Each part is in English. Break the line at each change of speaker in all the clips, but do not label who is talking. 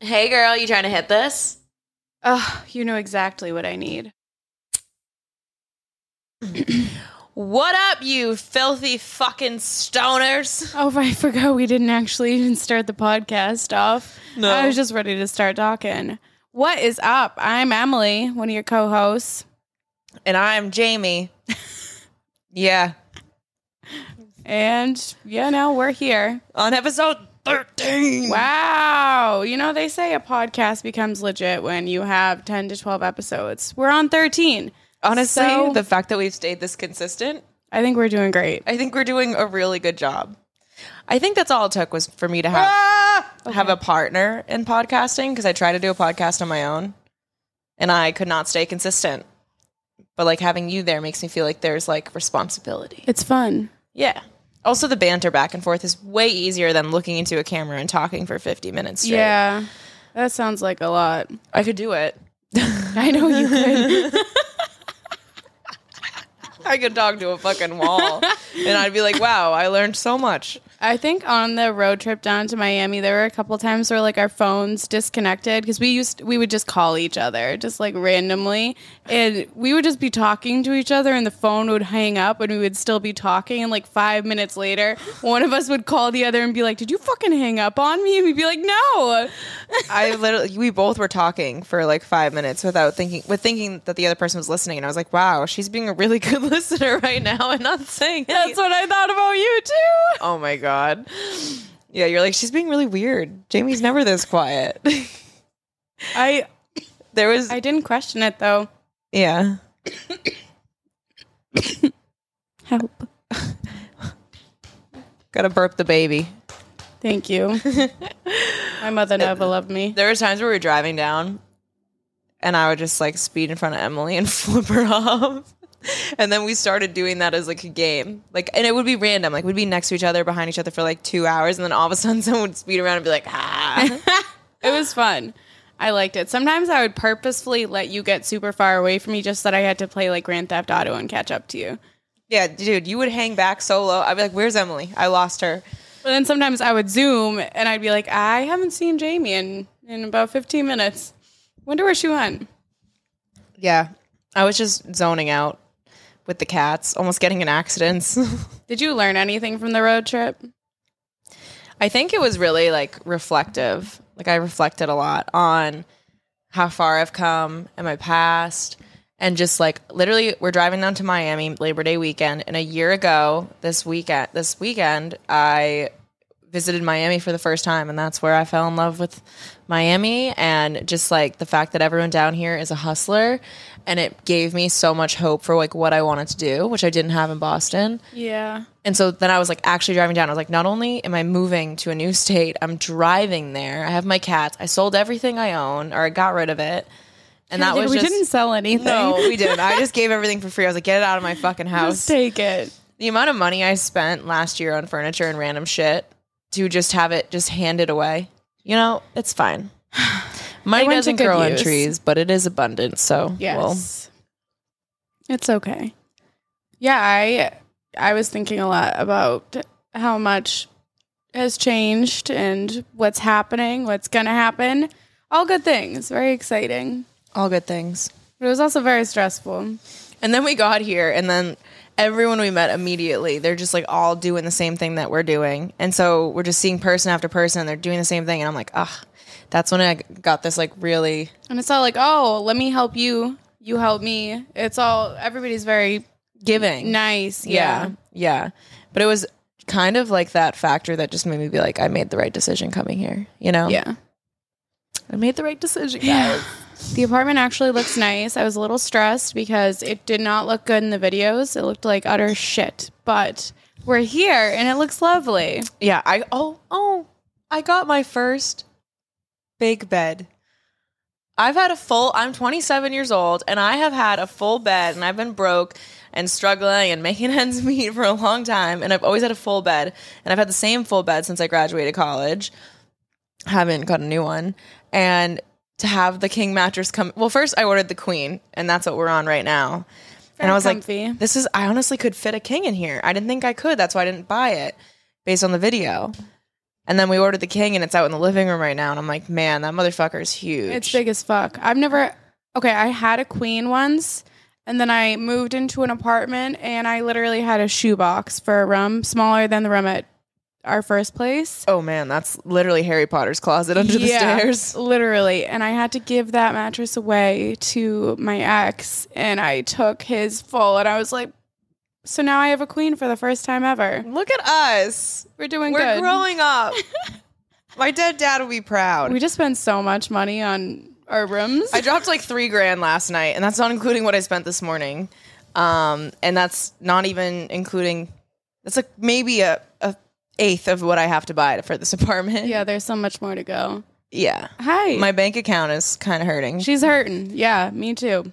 Hey girl, you trying to hit this?
Oh, you know exactly what I need.
What up, you filthy fucking stoners?
Oh, I forgot we didn't actually even start the podcast off.
No.
I was just ready to start talking. What is up? I'm Emily, one of your co hosts.
And I'm Jamie. yeah.
And yeah, no, we're here.
On episode 13.
Wow. You know, they say a podcast becomes legit when you have 10 to 12 episodes. We're on 13.
Honestly,
So-
the fact that we've stayed this consistent,
I think we're doing great.
I think we're doing a really good job. I think that's all it took was for me to have have a partner in podcasting because I tried to do a podcast on my own and I could not stay consistent. But like having you there makes me feel like there's like responsibility.
It's fun.
Yeah. Also, the banter back and forth is way easier than looking into a camera and talking for 50 minutes straight.
Yeah. That sounds like a lot.
I could do it.
I know you could.
I could talk to a fucking wall. and I'd be like, wow, I learned so much.
I think on the road trip down to Miami, there were a couple times where like our phones disconnected because we used we would just call each other just like randomly, and we would just be talking to each other, and the phone would hang up, and we would still be talking, and like five minutes later, one of us would call the other and be like, "Did you fucking hang up on me?" And we'd be like, "No."
I literally, we both were talking for like five minutes without thinking, with thinking that the other person was listening. And I was like, wow, she's being a really good listener right now and not saying
That's what I thought about you too.
Oh my God. Yeah, you're like, she's being really weird. Jamie's never this quiet.
I
there was,
I didn't question it though.
yeah.
Help.
Gotta burp the baby.
Thank you. My mother never loved me.
There were times where we were driving down, and I would just like speed in front of Emily and flip her off. And then we started doing that as like a game, like, and it would be random. Like we'd be next to each other, behind each other for like two hours, and then all of a sudden someone would speed around and be like, "Ah!"
It was fun. I liked it. Sometimes I would purposefully let you get super far away from me just that I had to play like Grand Theft Auto and catch up to you.
yeah, dude, you would hang back so low. I'd be like, "Where's Emily? I lost her."
But then sometimes I would zoom and I'd be like, I haven't seen Jamie in, in about 15 minutes. Wonder where she went.
Yeah, I was just zoning out with the cats, almost getting in accidents.
Did you learn anything from the road trip?
I think it was really like reflective. Like I reflected a lot on how far I've come in my past and just like literally we're driving down to Miami Labor Day weekend and a year ago this weekend this weekend I visited Miami for the first time and that's where I fell in love with Miami and just like the fact that everyone down here is a hustler and it gave me so much hope for like what I wanted to do which I didn't have in Boston.
Yeah.
And so then I was like actually driving down. I was like, not only am I moving to a new state, I'm driving there. I have my cats. I sold everything I own or I got rid of it. And that was
we
just
didn't sell anything.
No, we didn't. I just gave everything for free. I was like, get it out of my fucking
Just
house.
take it.
The amount of money I spent last year on furniture and random shit to just have it just handed away. You know, it's fine. Money
It went to
doesn't
good
grow on
use.
trees, but it is abundant. So well,
Yes. it's okay. Yeah, I I was thinking a lot about how much has changed and what's happening, what's going to happen. All good things, very exciting.
all good things.
But it was also very stressful.
And then we got here, and then everyone we met immediately, they're just like all doing the same thing that we're doing. And so we're just seeing person after person, and they're doing the same thing. And I'm like, ah, that's when I got this like really,
And it's all like, "Oh, let me help you. You help me." It's all everybody's very
giving.
nice.
yeah.
Yeah.
Yeah. But it was kind of like that factor that just made me be like, I made the right decision coming here, you know?
Yeah.
I made the right decision, guys.
The apartment actually looks nice. I was a little stressed because it did not look good in the videos. It looked like utter shit. But we're here and it looks lovely.
Yeah, I oh oh, I got my first big bed. I've had a full. I'm 27 years old, and I have had a full bed, and I've been broke and struggling and making ends meet for a long time, and I've always had a full bed, and I've had the same full bed since I graduated college. Haven't got a new one, and to have the king mattress come. Well, first I ordered the queen, and that's what we're on right now. and I was
comfy.
like, "This is." I honestly could fit a king in here. I didn't think I could. That's why I didn't buy it based on the video. And then we ordered the king, and it's out in the living room right now. And I'm like, man, that motherfucker is huge.
It's big as fuck. I've never okay, I had a queen once and then I moved into an apartment and I literally had a shoebox for a room smaller than the room at our first place.
Oh man, that's literally Harry Potter's closet under the
Yeah,
stairs.
Literally. And I had to give that mattress away to my ex and I took his full and I was like so now I have a queen for the first time ever.
Look at us.
We're doing
We're
good.
growing up. My dead dad would be proud.
We just spend so much money on our rooms.
I dropped like three grand last night, and that's not including what I spent this morning. Um, and that's not even including that's like maybe a, a eighth of what I have to buy for this apartment.
yeah, there's so much more to go.
Yeah.
Hi.
My bank account is kind of hurting.
She's hurting. Yeah, me too.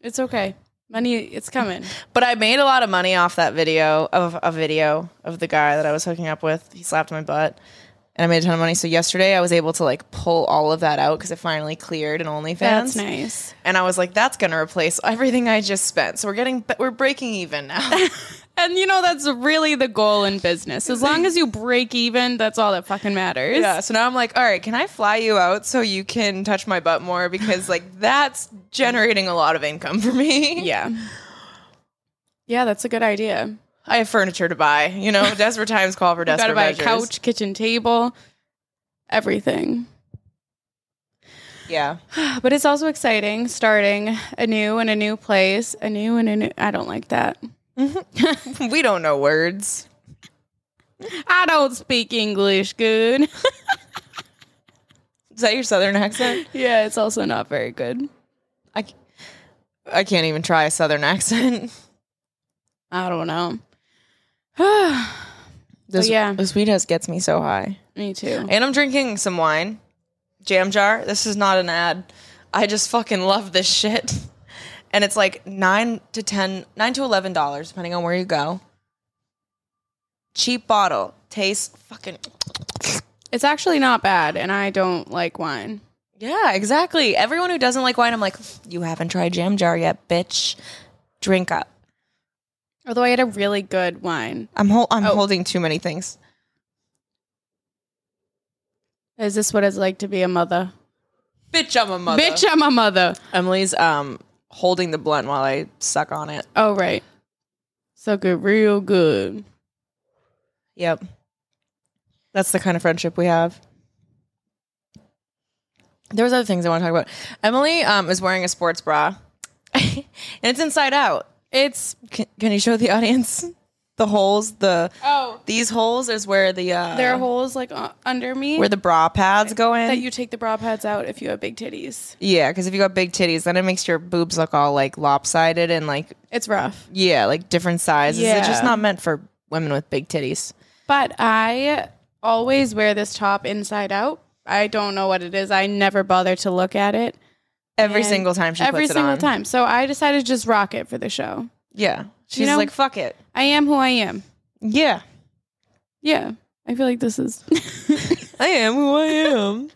It's okay. Money, it's coming.
But I made a lot of money off that video of a video of the guy that I was hooking up with. He slapped my butt. And I made a ton of money. So yesterday I was able to like pull all of that out because it finally cleared in OnlyFans.
That's nice.
And I was like, that's gonna replace everything I just spent. So we're getting we're breaking even now.
And you know, that's really the goal in business. As long as you break even, that's all that fucking matters.
yeah. So now I'm like, all right, can I fly you out so you can touch my butt more? Because like that's generating a lot of income for me.
Yeah. Yeah, that's a good idea.
I have furniture to buy. You know, desperate times call for
You
desperate
gotta buy
measures.
a couch, kitchen table, everything.
Yeah.
But it's also exciting starting anew in a new place, a new and a new. I don't like that.
we don't know words.
I don't speak English good.
Is that your southern accent?
yeah, it's also not very good.
I, c- I can't even try a southern accent.
I don't know.
This,
yeah.
this weed house gets me so high.
Me too.
And I'm drinking some wine. Jam jar. This is not an ad. I just fucking love this shit. And it's like nine to ten, nine to eleven dollars, depending on where you go. Cheap bottle. Tastes fucking
It's actually not bad, and I don't like wine.
Yeah, exactly. Everyone who doesn't like wine, I'm like, you haven't tried jam jar yet, bitch. Drink up.
Although I had a really good wine.
I'm hol- I'm
Oh.
holding too many things.
Is this what it's like to be a mother?
Bitch, I'm a mother.
Bitch, I'm a mother.
Emily's um holding the blunt while I suck on it.
Oh, right. So good, real good.
Yep. That's the kind of friendship we have. There was other things I want to talk about. Emily um is wearing a sports bra. and it's inside out.
It's
Can, can you show the audience the holes, the
oh,
these holes is where the uh
there are holes like uh, under me
where the bra pads go in.
that you take the bra pads out if you have big titties.
yeah, because if you got big titties, then it makes your boobs look all like lopsided and like
It's rough,
yeah, like different sizes. It's just
Yeah.
not meant for women with big titties.
but I always wear this top inside out. I don't know what it is. I never bother to look at it.
Every
And
single time she
every
puts it
single
on.
time. So I decided to just rock it for the show.
Yeah. She's
know?
like, fuck it.
I am who I am.
Yeah.
Yeah. I feel like this is
I am who I am.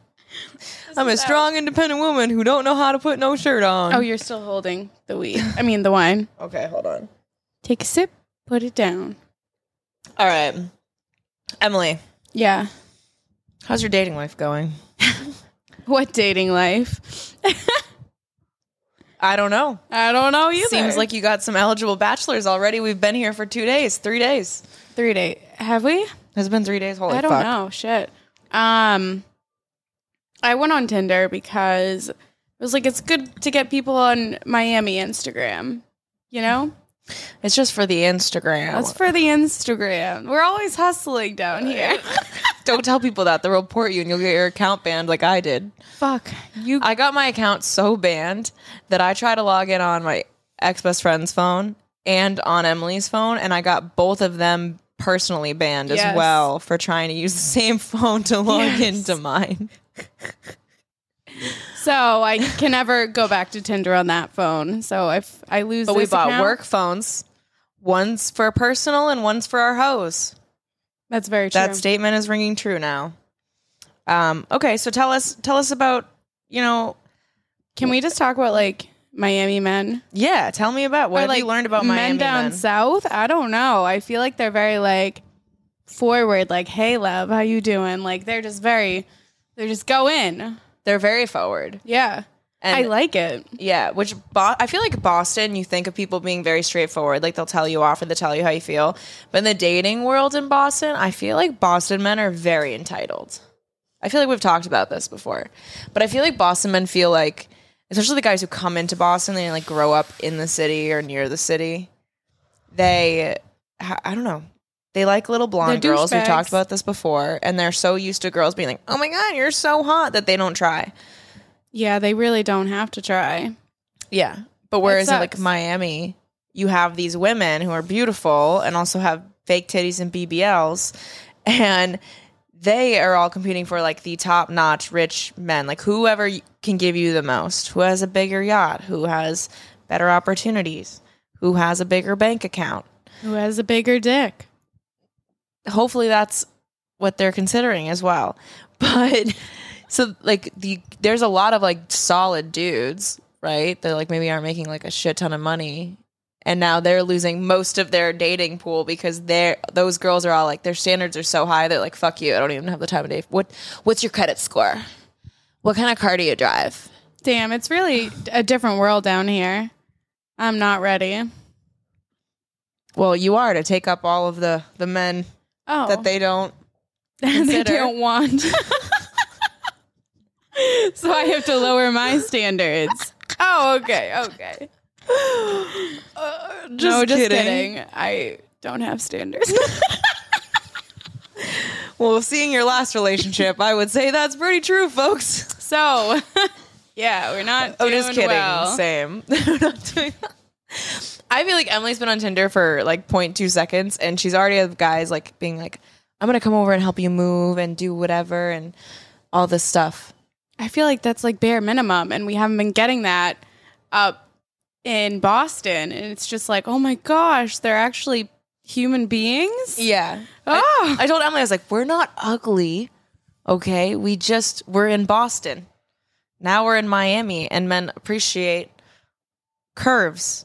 I'm a strong, independent woman who don't know how to put no shirt on.
Oh, you're still holding the weed. I mean the wine.
okay, hold on.
Take a sip, put it down.
All right. Emily,
Yeah.
how's your dating life going?
What dating life?
I don't know.
I don't know either.
Seems like you got some eligible bachelors already. We've been here for two days, three days.
three day. Have we?
Has it been three days? Holy
I don't
fuck.
know. Shit. Um I went on Tinder because it was like it's good to get people on Miami Instagram. You
Oh,
know?
It's just for the Instagram.
That's for the Instagram. We're always hustling down here.
don't tell people that. They'll report you and you'll get your account banned like I did.
Fuck. You
I got my account so banned that I tried to log in on my ex best friend's phone and on Emily's phone, and I got both of them personally banned as
Yes.
well for trying to use the same phone to log
Yes.
into mine.
So I can never go back to Tinder on that phone. So if I lose,
But we
this
bought
account-
work phones. One's for personal and one's for our hoes.
That's very true.
That statement is ringing true now. Um, okay, so tell us tell us about, you know,
can we just talk about like Miami men?
yeah, tell me about what
Or,
have
like
you learned about Miami
men down
men?
south? I don't know. I feel like they're very like forward like hey love how you doing like they're just very they just go in
They're very forward.
yeah
And
i like it
Yeah, which Bo- I feel like Boston, you think of people being very straightforward, like they'll tell you off or they'll tell you how you feel. But in the dating world in Boston, I feel like Boston men are very entitled. I feel like we've talked about this before, but I feel like Boston men feel like, especially the guys who come into Boston, they like grow up in the city or near the city. They, I I don't know. They like little blonde
They're
girls. We've talked
douchebags.
about this before, and they're so used to girls being like, "Oh my god, you're so hot," that they don't try.
yeah they really don't have to try
Yeah. But whereas in like
sucks.
Miami, you have these women who are beautiful and also have fake titties and BBLs and they are all competing for like the top notch rich men, like whoever y- can give you the most, who has a bigger yacht, who has better opportunities, who has a bigger bank account.
who has a bigger dick
Hopefully that's what they're considering as well. But so like the there's a lot of like solid dudes, right? That like maybe aren't making like a shit ton of money. And now they're losing most of their dating pool because they're those girls are all like their standards are so high, they're like, fuck you, I don't even have the time of day. What what's your credit score? What kind of car do you drive?
damn it's really a different world down here i'm not ready
Well, you are to take up all of the the men
oh
that they don't
they
consider.
don't want. so I have to lower my standards. Oh, okay, okay. no, just kidding. I don't have standards.
Well, seeing your last relationship, I would say that's pretty true, folks.
so, yeah, we're not.
Oh,
doing
just kidding.
well.
Same. We're not doing that. I feel like Emily's been on Tinder for like 0.2 seconds and she's already had guys like being like, I'm going to come over and help you move and do whatever and all this stuff.
I feel like that's like bare minimum, and we haven't been getting that up in Boston. And it's just like, oh my gosh, they're actually human beings.
Yeah.
Oh,
I told Emily, I was like, we're not ugly. Okay. We just, we're in Boston. Now we're in Miami and men appreciate curves.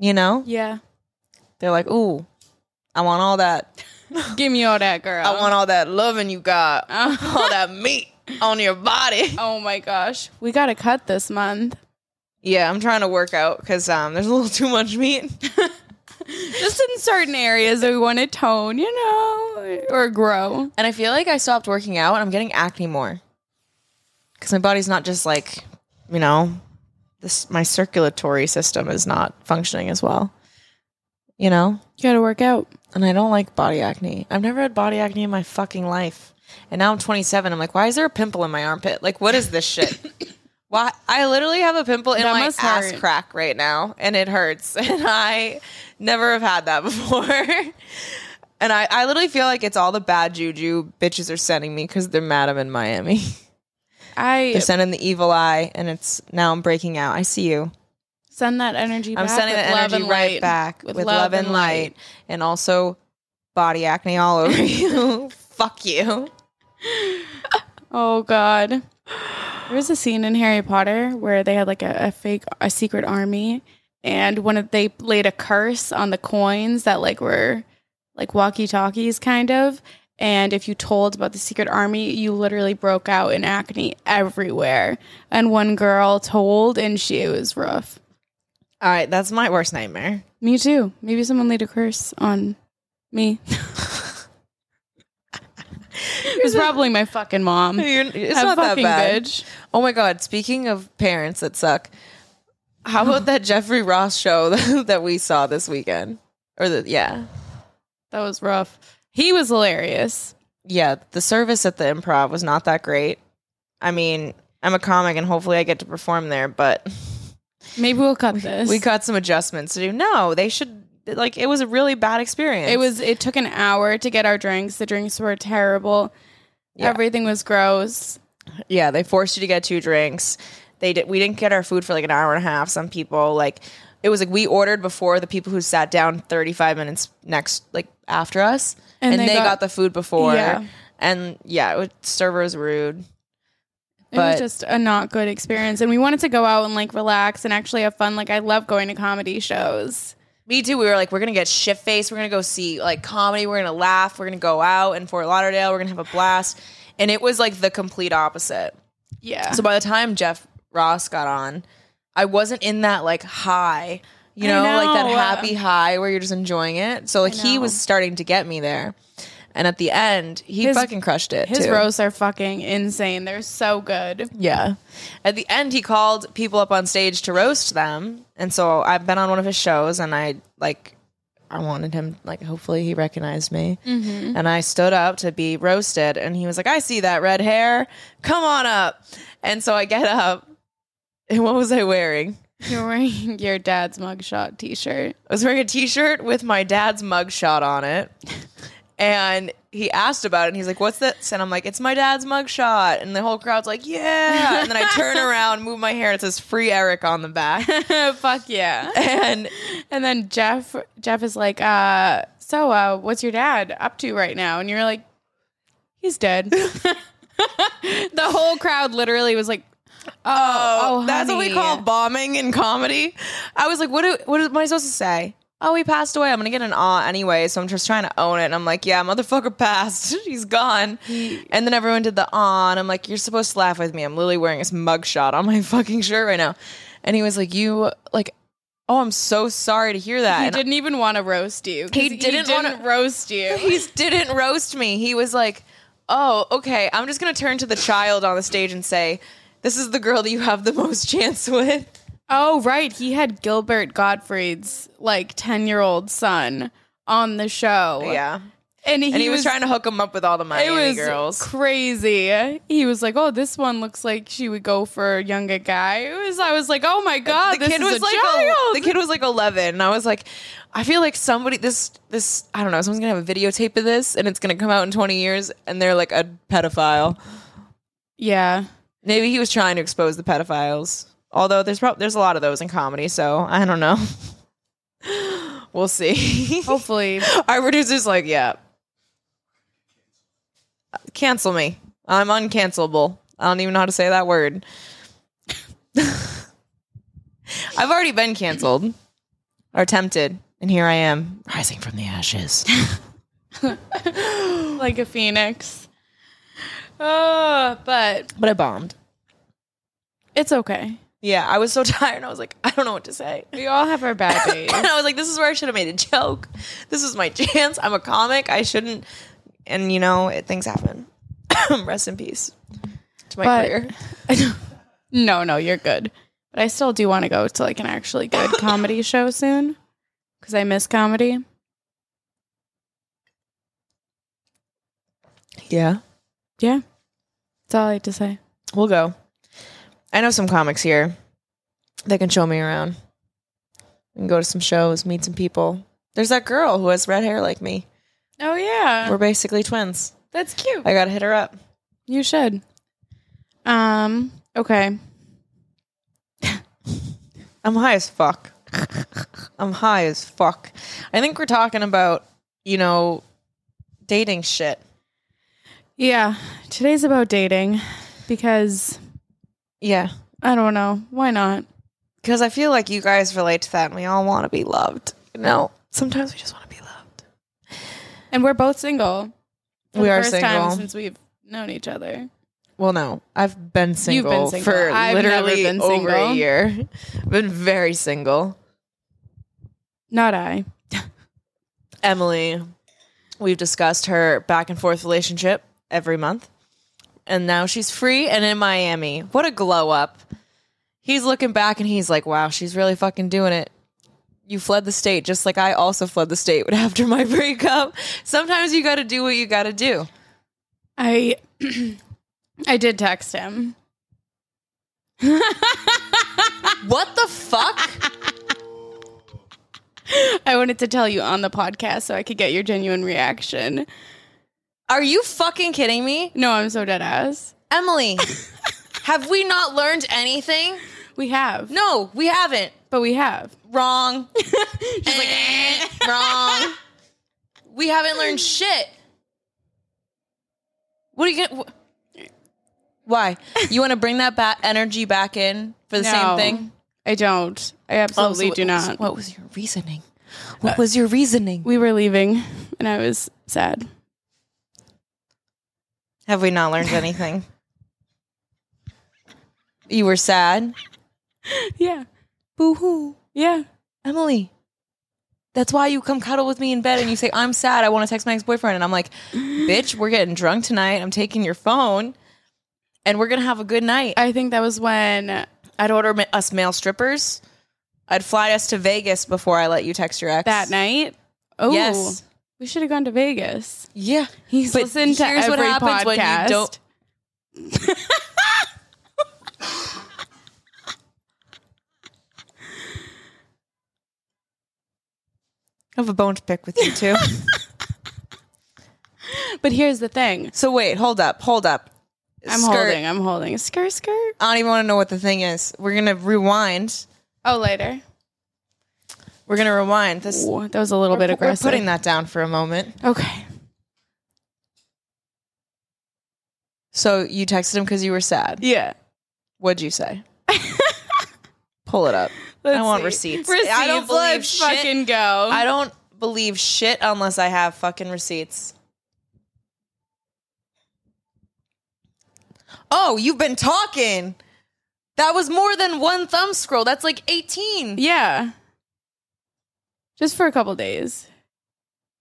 You know?
yeah.
They're like, ooh, I want all that
Give me all that, girl.
I want all that loving you got, all that meat on your body.
Oh my gosh, we got a cut this month.
Yeah, I'm trying to work out because um, there's a little too much meat.
Just in certain areas that we want to tone, you know, or grow.
And I feel like I stopped working out and I'm getting acne more because my body's not just like, you know, this my circulatory system is not functioning as well. You know,
You got to work out.
and I don't like body acne. I've never had body acne in my fucking life. And now I'm 27. I'm like, why is there a pimple in my armpit? Like, what is this shit? why? I literally have a pimple in
That
my
must
ass
hurt.
crack right now, and it hurts. And I never have had that before. and I, I literally feel like it's all the bad juju bitches are sending me because they're mad I'm in Miami.
I
they're sending the evil eye, and it's now I'm breaking out. I see you.
send that energy.
I'm
back
sending
with
the
love
energy
and
right
light.
back with, love, and light. and also body acne all over you. Fuck you.
Oh God, there was a scene in Harry Potter where they had like a, a fake, a secret army, and one of they laid a curse on the coins that like were like walkie talkies, kind of. And if you told about the secret army, you literally broke out in acne everywhere. And one girl told, and she it was rough.
All right, that's my worst nightmare.
Me too. Maybe someone laid a curse on me. it was probably my fucking mom.
it's
That
not that
fucking
bad.
bitch.
Oh my god! Speaking of parents that suck, how about that Jeffrey Ross show that we saw this weekend? Or the yeah,
That was rough. He was hilarious.
yeah. The service at the Improv was not that great. I mean, I'm a comic, and hopefully, I get to perform there. But
Maybe we'll cut this.
we got some adjustments to do. No, they should. Like, it was a really bad experience.
it was it took an hour to get our drinks. The drinks were terrible.
Yeah.
Everything was gross.
Yeah, they forced you to get two drinks. They did. We didn't get our food for like an hour and a half. Some people like it was like we ordered before the people who sat down thirty five minutes next, like after us, and,
And
they,
they
got,
got-
the food before.
Yeah.
And yeah, it was, server was rude.
It
But-
was just a not good experience. And we wanted to go out and like relax and actually have fun. Like I love going to comedy shows.
Me too. We were like, we're gonna get shit faced. We're gonna go see like comedy. We're gonna laugh. We're gonna go out in Fort Lauderdale. We're gonna have a blast. And it was like the complete opposite.
Yeah.
So by the time Jeff Ross got on, I wasn't in that like high, you
I
know, like that
know.
happy high where you're just enjoying it. So like he
know.
was starting to get me there. And at the end, he
His-
fucking crushed it.
His
too.
roasts are fucking insane. They're so good.
Yeah. At the end, he called people up on stage to roast them. And so I've been on one of his shows and I like, I wanted him, like, hopefully he recognized me. And I stood up to be roasted. And he was like, I see that red hair. Come on up. And so I get up. And what was I wearing?
You're wearing your dad's mugshot T-shirt.
I was wearing a t-shirt with my dad's mugshot on it. And he asked about it and he's like, What's this? And I'm like, It's my dad's mugshot. And the whole crowd's like, Yeah. And then I turn around, move my hair, and it says free Eric on the back.
Fuck yeah.
And
And then Jeff Jeff is like, uh, so uh, what's your dad up to right now? And you're like, he's dead. the whole crowd literally was like, oh, oh,
that's what we
honey.
call bombing in comedy. I was like, What do what am I supposed to say? Oh, he passed away. I'm gonna get an aw anyway, so I'm just trying to own it. And I'm like, yeah, motherfucker passed. He's gone. And then everyone did the aw, and I'm like, you're supposed to laugh with me. I'm literally wearing his mugshot on my fucking shirt right now. And he was like, you like, oh, I'm so sorry to hear that.
He
And
didn't even want to roast you. 'cause
He didn't wanna-
roast you.
he didn't roast me. He was like, "Oh, okay. I'm just gonna turn to the child on the stage and say, this is the girl that you have the most chance with."
oh, right. He had Gilbert Gottfried's like 10 year old son on the show.
Yeah,
And he,
and he, was,
was
trying to hook him up with all the Miami
it was
girls.
crazy. He was like, "Oh, this one looks like she would go for a younger guy." It was. I was like, "Oh my god,
the
this
kid
is
was
a
like
child."
the kid was like 11, and I was like, I feel like somebody this this I don't know someone's gonna have a videotape of this, and it's gonna come out in 20 years, and they're like a pedophile.
yeah,
Maybe he was trying to expose the pedophiles. Although there's prob- there's a lot of those in comedy, so I don't know. we'll see.
hopefully.
Our producer's like, yeah. Cancel me. I'm uncancelable. I don't even know how to say that word. I've already been canceled or tempted, and here I am, rising from the ashes.
like a phoenix. Oh, but
Ah, but I bombed.
it's okay.
Yeah, I was so tired. I was like, I don't know what to say.
We all have our bad days.
And I was like, this is where I should have made a joke. This is my chance. I'm a comic. I shouldn't. And, you know, it, things happen. Rest in peace to my
But-
career.
no, no, you're good. But I still do want to go to like an actually good comedy show soon because I miss comedy.
Yeah.
Yeah, that's all I have to say.
We'll go. I know some comics here that can show me around. We can go to some shows, meet some people. There's that girl who has red hair like me.
Oh yeah,
We're basically twins.
that's cute.
I gotta hit her up.
You should. Um. Okay.
I'm high as fuck. I'm high as fuck. I think we're talking about, you know, dating shit.
Yeah. Today's about dating because
Yeah.
I don't know. Why not?
Because I feel like you guys relate to that and we all wanna be loved. You know? Sometimes we just wanna be loved.
And we're both single. For
We
the
are
first
single.
time since we've known each other.
Well, no, I've been single,
single.
for
I've never
literally
been
over a
single.
year. I've been very single.
Not I.
Emily, we've discussed her back and forth relationship every month, and now she's free and in Miami. What a glow up! He's looking back and he's like, "Wow, she's really fucking doing it." You fled the state, just like I also fled the state after my breakup. Sometimes you got to do what you got to do.
I I did text him.
What the fuck?
I wanted to tell you on the podcast so I could get your genuine reaction.
Are you fucking kidding me?
No, I'm so dead ass.
Emily, have we not learned anything?
We have.
No, we haven't.
But we have.
Wrong. She's like, eh, wrong. We haven't learned shit. What are you gonna? wh- Why? You want to bring that back energy back in for the same
No,
thing?
I don't. I absolutely
what
do
was-
not.
what was your reasoning? What was your reasoning?
We were leaving, and I was sad.
Have we not learned anything? you were sad.
Yeah,
Boo hoo.
yeah.
Emily, that's why you come cuddle with me in bed and you say, I'm sad. I want to text my ex boyfriend. And I'm like, bitch, we're getting drunk tonight. I'm taking your phone and we're going to have a good night.
I think that was when
I'd order ma- us male strippers. I'd fly us to Vegas before I let you text your ex.
that night. Oh,
Yes.
we should have gone to Vegas.
Yeah.
He's
But
listened to
here's
every
what happens
podcast.
when you don't- I have a bone to pick with you too.
But here's the thing.
so wait, hold up, hold up.
I'm
Skirt.
holding. I'm holding. Skirt, skirt.
I don't even want to know what the thing is. We're going to rewind.
Oh, later.
We're going to rewind this.
Ooh, that was a little bit
we're, we're
aggressive.
putting that down for a moment.
Okay.
So you texted him because you were sad.
Yeah.
What'd you say? Pull it up.
Let's
I want
see.
receipts.
Receipts.
I don't believe
Let's
shit.
fucking go.
I don't believe shit unless I have fucking receipts. Oh, you've been talking. That was more than one thumb scroll. That's like 18.
yeah. Just for a couple days.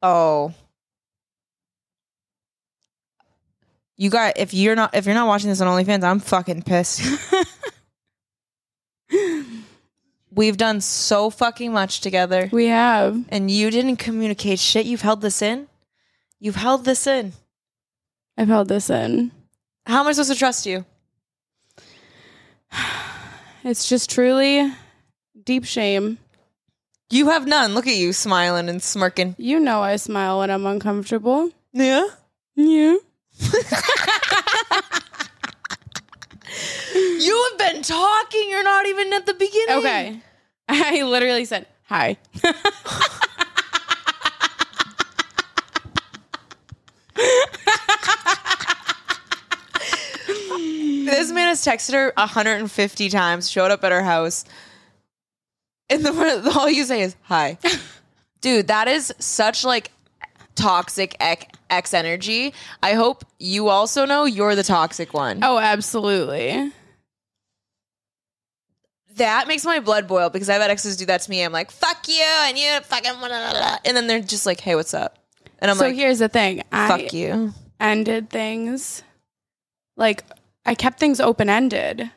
Oh. You got if you're not if you're not watching this on OnlyFans, I'm fucking pissed. We've done so fucking much together.
We have.
and you didn't communicate shit, you've held this in. You've held this in.
I've held this in.
How am I supposed to trust you?
It's just truly deep shame.
You have none. Look at you smiling and smirking.
You know I smile when I'm uncomfortable.
Yeah.
Yeah.
You have been talking. You're not even at the beginning.
Okay. I literally said hi.
This man has texted her 150 times, showed up at her house, and the all you say is hi. Dude, that is such like toxic ec- ex energy. I hope you also know you're the toxic one.
Oh, absolutely.
that makes my blood boil because I've had exes do that to me. I'm like, fuck you, and you fucking, blah, blah, blah, blah. and then they're just like, hey, what's up? And I'm
so
like,
here's the thing.
fuck
I
you.
ended things like I kept things open ended.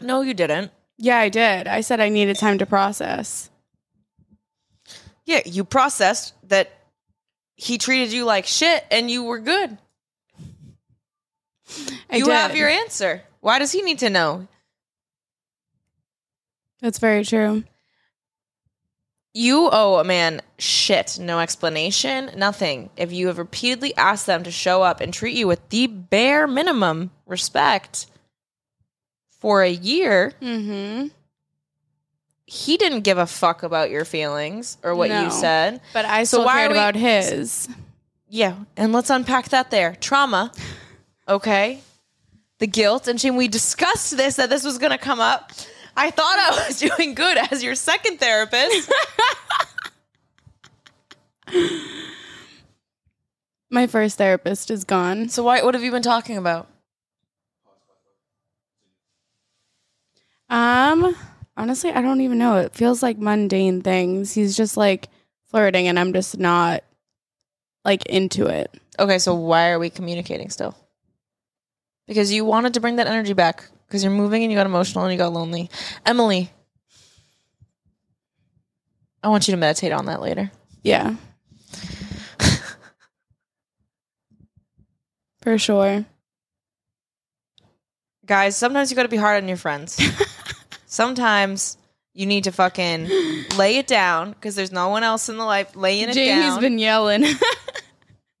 No, you didn't.
Yeah, I did. I said I needed time to process.
Yeah, you processed that he treated you like shit, and you were good.
I
you
did.
have your answer. Why does he need to know?
That's very true.
You owe a man shit, no explanation, nothing. If you have repeatedly asked them to show up and treat you with the bare minimum respect for a year,
Mm-hmm.
he didn't give a fuck about your feelings or what
No.
you said.
But I
So
still
why
cared
are we-
about his.
Yeah, and let's unpack that there. Trauma. Okay. The guilt and shame. We discussed this that this was going to come up. I thought I was doing good as your second therapist.
My first therapist is gone.
so why what have you been talking about?
Um, honestly, I don't even know. It feels like mundane things. He's just like flirting, and I'm just not like into it.
Okay, so why are we communicating still? Because you wanted to bring that energy back because you're moving and you got emotional and you got lonely. Emily, I want you to meditate on that later.
Yeah. For sure.
guys, sometimes you got to be hard on your friends. sometimes you need to fucking lay it down because there's no one else in the life laying it
Jamie's
down.
been yelling.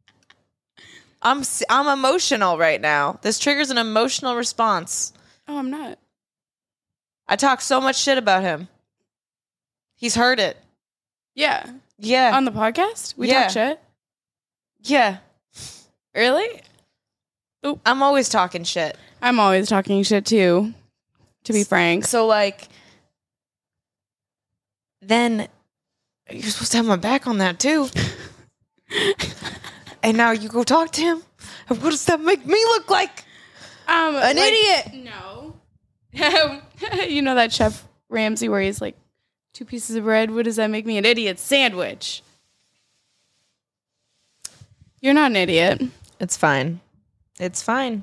I'm s- I'm emotional right now. This triggers an emotional response.
oh, I'm not.
I talk so much shit about him. He's heard it.
Yeah.
Yeah.
On the podcast? We
Yeah.
talk shit.
yeah.
Really?
I'm always talking shit.
I'm always talking shit too, to be frank.
So like then you're supposed to have my back on that too. and now you go talk to him. And what does that make me look like?
Um,
An
like-
idiot.
No. you know that Chef Ramsay where he's like, two pieces of bread, what does that make me? An idiot sandwich. You're not an idiot.
It's fine. It's fine.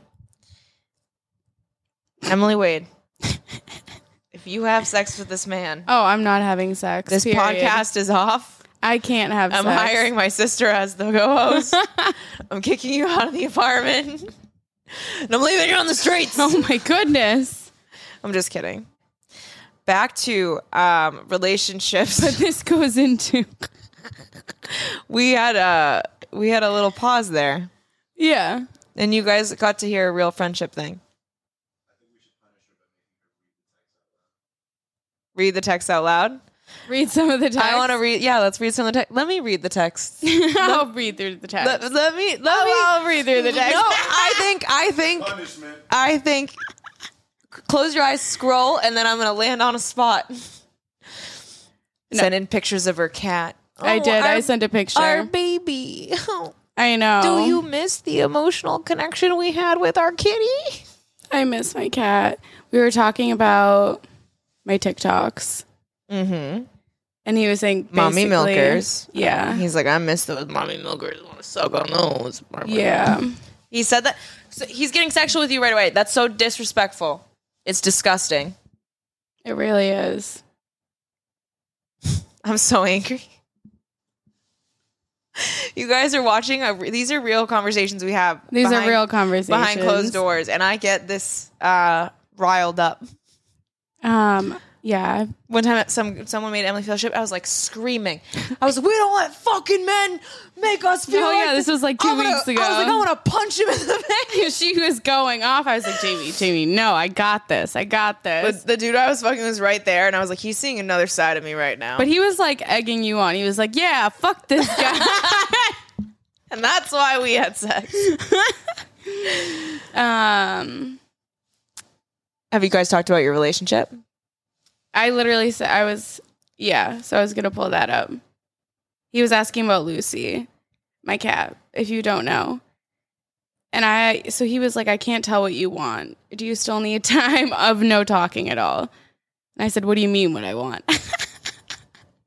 Emily Wade, if you have sex with this man,
Oh, I'm not having sex.
this
period.
podcast is off.
I can't have
I'm
sex.
hiring my sister as the co-host. I'm kicking you out of the apartment. And I'm leaving you on the streets.
Oh my goodness.
I'm just kidding. Back to um, relationships.
This goes into.
We had a we had a little pause there,
Yeah.
and you guys got to hear a real friendship thing. Read the text out loud.
Read some of the text.
I want to read. Yeah, let's read some of the text. Let me read the text.
I'll read through the text.
Let, let me. Let me.
Oh, I'll read through the text.
No, I think. I think.
Punishment.
I think close your eyes, scroll, and then I'm gonna land on a spot. Send in pictures of her cat.
I
Oh,
did.
our-
I sent a picture.
our baby. Oh,
I know.
Do you miss the emotional connection we had with our kitty?
I miss my cat. We were talking about my TikToks,
Mm-hmm.
and he was saying
Mommy
basically-
milkers.
Yeah,
He's like, I miss those mommy milkers. want to suck on those.
yeah.
He said that. So he's getting sexual with you right away. That's so disrespectful. It's disgusting.
It really is.
I'm so angry. You guys are watching. A, these are real conversations we have.
These
behind-
are real conversations
behind closed doors, and I get this uh, riled up.
Um, yeah,
One time, at some someone made Emily feel shit. I was like screaming. I was like, "We don't let fucking men make us feel."
Oh,
like
yeah, this was, like, two
I'm gonna-
weeks ago.
I was like, "I want to punch him in the face."
she was going off. I was like, Jamie, Jamie, no, I got this. I got this.
But the dude I was fucking was right there, and I was like, "He's seeing another side of me right now,"
But he was like egging you on. He was like, "Yeah, fuck this guy."
and that's why we had sex.
um,
Have you guys talked about your relationship?
I literally said I was yeah, so I was gonna pull that up. He was asking about Lucy, my cat, if you don't know. And I so he was like, I can't tell what you want. Do you still need time of no talking at all? And I said, What do you mean what I want?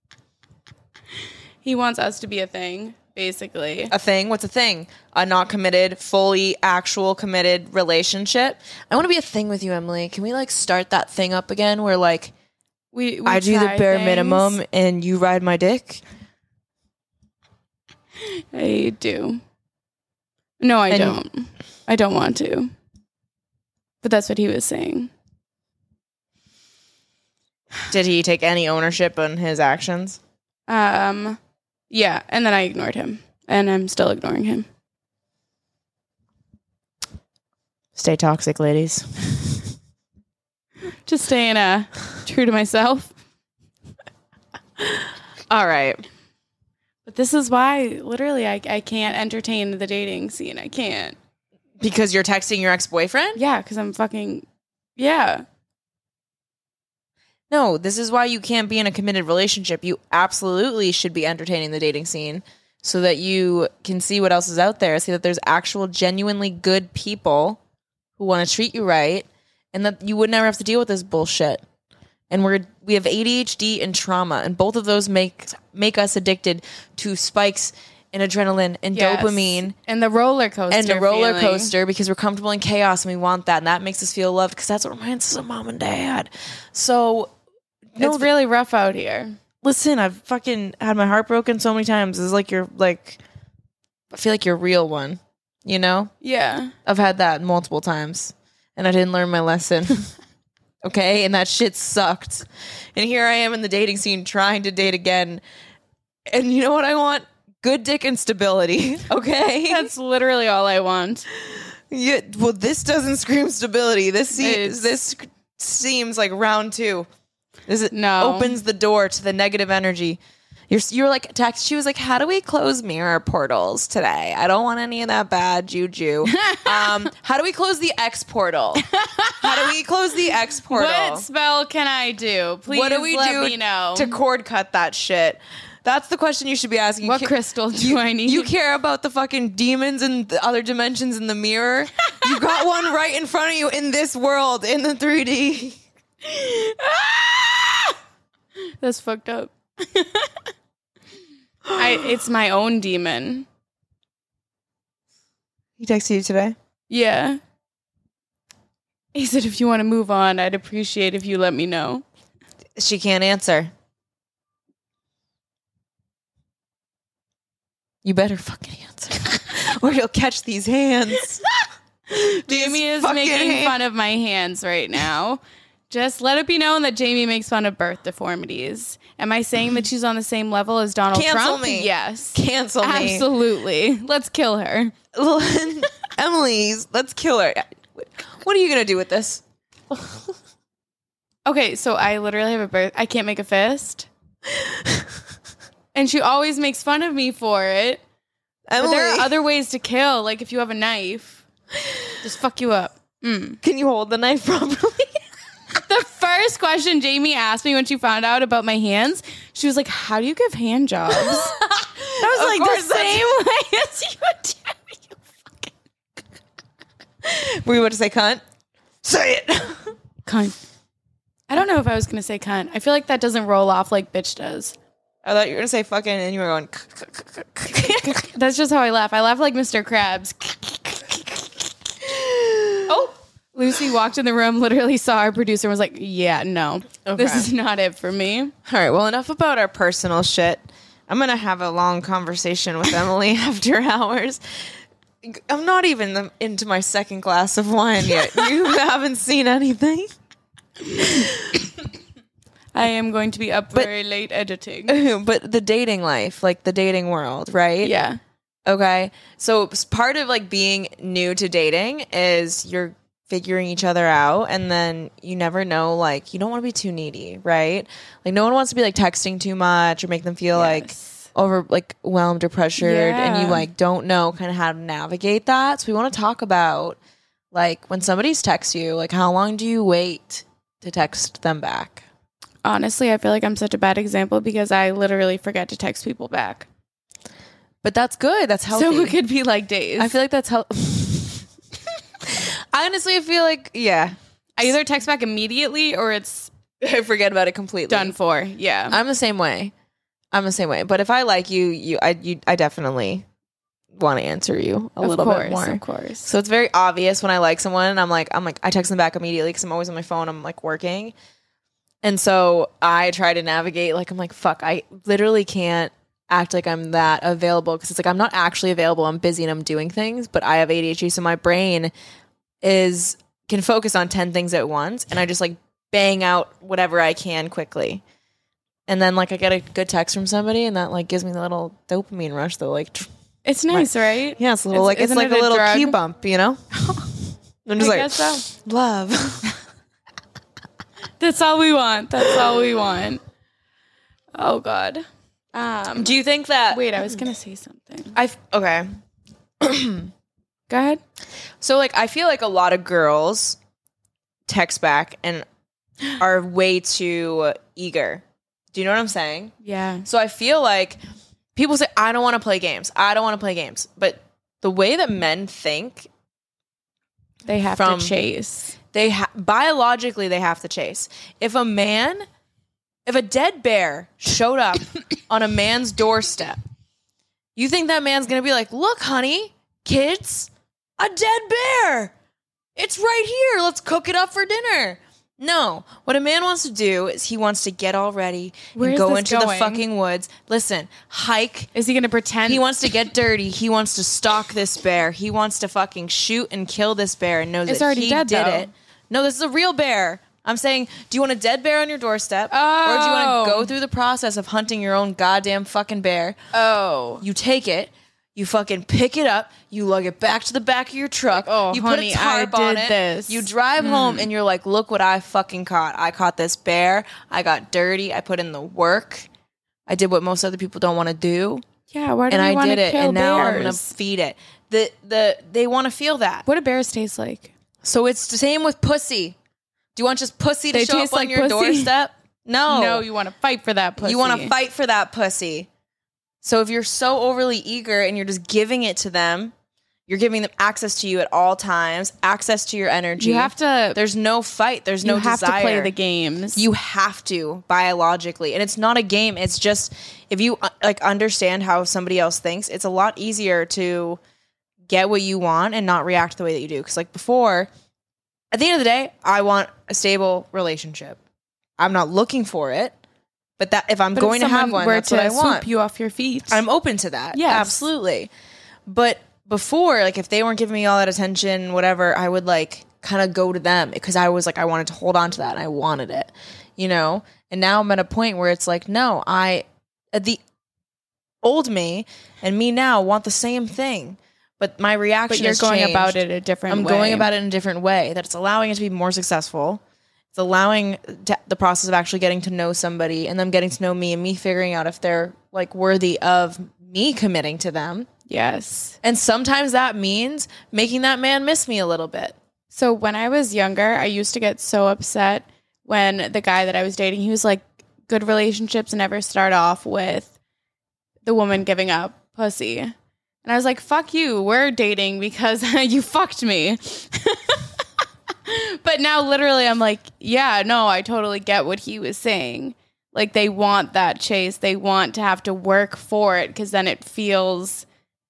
he wants us to be a thing, basically.
A thing? What's a thing? A not committed, fully actual committed relationship. I want to be a thing with you, Emily. Can we like start that thing up again? Where like
We, we
I do the
try
bare
things.
minimum and you ride my dick
I do. No, I
And-
don't. I don't want to. But that's what he was saying.
did he take any ownership on his actions
Um, yeah, and then I ignored him, and I'm still ignoring him.
stay toxic ladies
Just staying uh true to myself.
all right
But this is why, literally, I I can't entertain the dating scene. I can't.
because you're texting your ex-boyfriend
Yeah, because I'm fucking. Yeah,
no this is why you can't be in a committed relationship you absolutely should be entertaining the dating scene so that you can see what else is out there see that there's actual genuinely good people who want to treat you right and that you would never have to deal with this bullshit and we're we have ADHD and trauma, and both of those make make us addicted to spikes in adrenaline and
Yes.
dopamine
and the roller coaster
and a roller
feeling.
coaster because we're comfortable in chaos and we want that, and that makes us feel loved because that's what reminds us of mom and dad. So. No,
It's really rough out here.
listen, I've fucking had my heart broken so many times. This is like your like, I feel like your real one. You know,
Yeah,
I've had that multiple times, and I didn't learn my lesson. okay, and that shit sucked. And here I am in the dating scene trying to date again. And you know what I want? Good dick and stability. Okay.
that's literally all I want.
yeah, well, this doesn't scream stability. This seems
It's-
this sc- seems like round two. This is,
No.
opens the door to the negative energy. You're s- you're like text. She was like, "How do we close mirror portals today? I don't want any of that bad juju. um, how do we close the X portal? How do we close the X portal?
What spell can I do? Please
what do we
let
do
me know.
to cord cut that shit? That's the question you should be asking. You
What
ca-
crystal do I need?
You care about the fucking demons and the other dimensions in the mirror. you got one right in front of you in this world in the 3D.
That's fucked up. I, it's my own demon.
He texted you today.
Yeah. He said, if you want to move on, I'd appreciate if you let me know.
She can't answer. You better fucking answer, or you'll catch these hands.
Jamie is
fucking
making
hand-
fun of my hands right now. Just let it be known that Jamie makes fun of birth deformities. Am I saying that she's on the same level as Donald
Cancel
Trump?
me.
Yes.
Cancel me,
Absolutely. Let's kill her.
Emily's. Let's kill her. What are you gonna do with this?
Okay, so I literally have a birth. I can't make a fist. and she always makes fun of me for it. But
Emily,
there are other ways to kill. Like if you have a knife, just fuck you up.
can you hold the knife properly?
The first question Jamie asked me when she found out about my hands, she was like, "How do you give hand jobs?" That was
Of
like the
course, that's-
same way as you would do. You fucking
Were you about to say cunt? Say it.
cunt. I don't know if I was gonna say cunt. I feel like that doesn't roll off like bitch does.
I thought you were gonna say fucking, and you were going.
That's just how I laugh. I laugh like Mr. Krabs. Oh, Lucy walked in the room, literally saw our producer, and was like, "Yeah, no, this
Okay.
is not it for me."
All right. Well, enough about our personal shit. I'm gonna have a long conversation with Emily after hours. I'm not even the- into my second glass of wine yet. You haven't seen anything.
I am going to be up very late editing.
but the dating life, like the dating world, right?
Yeah.
Okay. So s- part of like being new to dating is you're figuring each other out and then you never know like you don't want to be too needy, right? Like no one wants to be like texting too much or make them feel
Yes.
like over like whelmed or pressured and you
Yeah.
like don't know kind of how to navigate that. So we want to talk about like when somebody's text you, like how long do you wait to text them back?
Honestly, I feel like I'm such a bad example because I literally forget to text people back.
But that's good. That's healthy.
So it could be like days.
I feel like that's how I honestly feel like yeah.
I either text back immediately or it's
I forget about it completely.
done for. Yeah.
I'm the same way. I'm the same way. But if I like you, you, I, you, I definitely want to answer you a
Of
little
course,
bit more.
Of course.
So it's very obvious when I like someone, and I'm like, I'm like, I text them back immediately because I'm always on my phone. I'm like working, and so I try to navigate. Like I'm like, fuck, I literally can't act like I'm that available because it's like I'm not actually available. I'm busy and I'm doing things, but I have ADHD, so my brain is can focus on ten things at once, and I just like bang out whatever I can quickly. And then like I get a good text from somebody, and that like gives me the little dopamine rush. Though like, tr-
It's nice, right?
yeah, it's a little
It's-
like it's
isn't
like
it
a
a
little
drug?
key bump, you know. I'm just
I
like
guess so.
love.
That's all we want. That's all we want. Oh God. Um
Do you think that?
wait, I was gonna say something.
I f- okay.
Go ahead.
So like I feel like a lot of girls text back and are way too eager. Do you know what I'm saying?
Yeah.
So I feel like people say I don't want to play games. I don't want to play games. But the way that men think,
They have
From-
to chase.
they ha- biologically they have to chase. If a man, if a dead bear showed up on a man's doorstep, you think that man's gonna be like, "Look, honey, kids, a dead bear. It's right here. Let's cook it up for dinner." No, what a man wants to do is he wants to get all ready
Where
and
is
go
this
into the
going?
fucking woods. Listen, hike,
Is he gonna pretend
he wants to get dirty. He wants to stalk this bear. He wants to fucking shoot and kill this bear and knows
It's
that
already
he
dead,
did
though.
it. No, this is a real bear. I'm saying, do you want a dead bear on your doorstep? Or do you
Oh.
want to go through the process of hunting your own goddamn fucking bear?
Oh.
You take it, you fucking pick it up, you lug it back to the back of your truck,
oh,
you
honey, I did this. Hmm.
you drive home and you're like, look what I fucking caught. I caught this bear. I got dirty. I put in the work. I did what most other people don't want to do
Yeah, why do
and
we
I
want to
did
kill
it, and now
bears?
I'm gonna feed it. The the they want to feel that.
What do bears taste like?
So it's the same with pussy. Do you want just pussy to
They
show up
taste
on
like
your
pussy.
doorstep? No,
No, Oh. you want to fight for that pussy.
you want to fight for that pussy. So if you're so overly eager and you're just giving it to them, you're giving them access to you at all times, access to your energy.
You have to.
There's no fight. There's no
you have
desire.
to play the games.
You have to biologically, and it's not a game. It's just if you uh, like understand how somebody else thinks, it's a lot easier to get what you want and not react the way that you do. Because like before, at the end of the day, I want a stable relationship. I'm not looking for it, but that if I'm
But if
going to
someone
have one,
were
that's
to
what I want.
swoop you off your feet.
I'm open to that.
Yes.
absolutely. But before, like if they weren't giving me all that attention, whatever, I would like kind of go to them because I was like I wanted to hold on to that and I wanted it, you know. And now I'm at a point where it's like, no, I uh, the old me and me now want the same thing, but my reaction.
but you're
has
going
changed.
about it a different
I'm
way.
going about it in a different way that it's allowing it to be more successful. It's allowing t the process of actually getting to know somebody and them getting to know me and me figuring out if they're like worthy of me committing to them.
Yes.
And sometimes that means making that man miss me a little bit.
So when I was younger, I used to get so upset when the guy that I was dating, he was like, good relationships never start off with the woman giving up pussy. And I was like, fuck you, we're dating because you fucked me. but now literally I'm like, yeah, no, I totally get what he was saying. Like they want that chase. They want to have to work for it because then it feels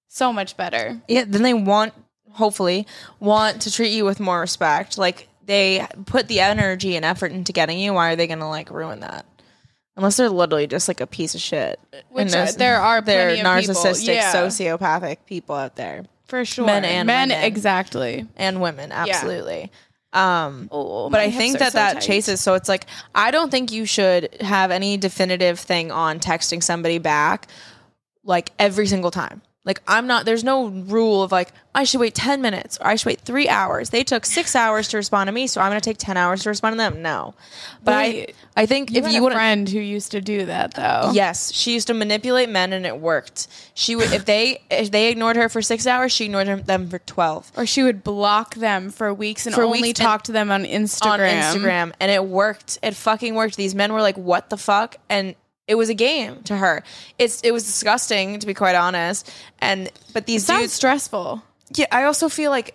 so much better.
Yeah, then they want hopefully want to treat you with more respect. Like they put the energy and effort into getting you. Why are they going to like ruin that? Unless they're literally just like a piece of shit.
Which
And
uh,
this-
there are
they're
plenty of people.
narcissistic,
Yeah.
sociopathic people out there
For sure.
Men and
men
women.
exactly.
and women, absolutely. Um,
Oh,
but I think that that chases. So it's like I don't think you should have any definitive thing on texting somebody back, like every single time. Like I'm not. There's no rule of like I should wait ten minutes or I should wait three hours. They took six hours to respond to me, so I'm going to take ten hours to respond to them. No, but
Wait,
I I think
You
if you
had a
wouldn't
friend who used to do that though.
Yes, she used to manipulate men, and it worked. She would if they if they ignored her for six hours, she ignored him- them for twelve
Or she would block them for weeks and
For
only
weeks
talk to them on Instagram.
on Instagram, and it worked. It fucking worked. These men were like, "What the fuck?" and it was a game to her. It's it was disgusting to be quite honest. And but these
Sounds
dudes,
stressful.
yeah, I also feel like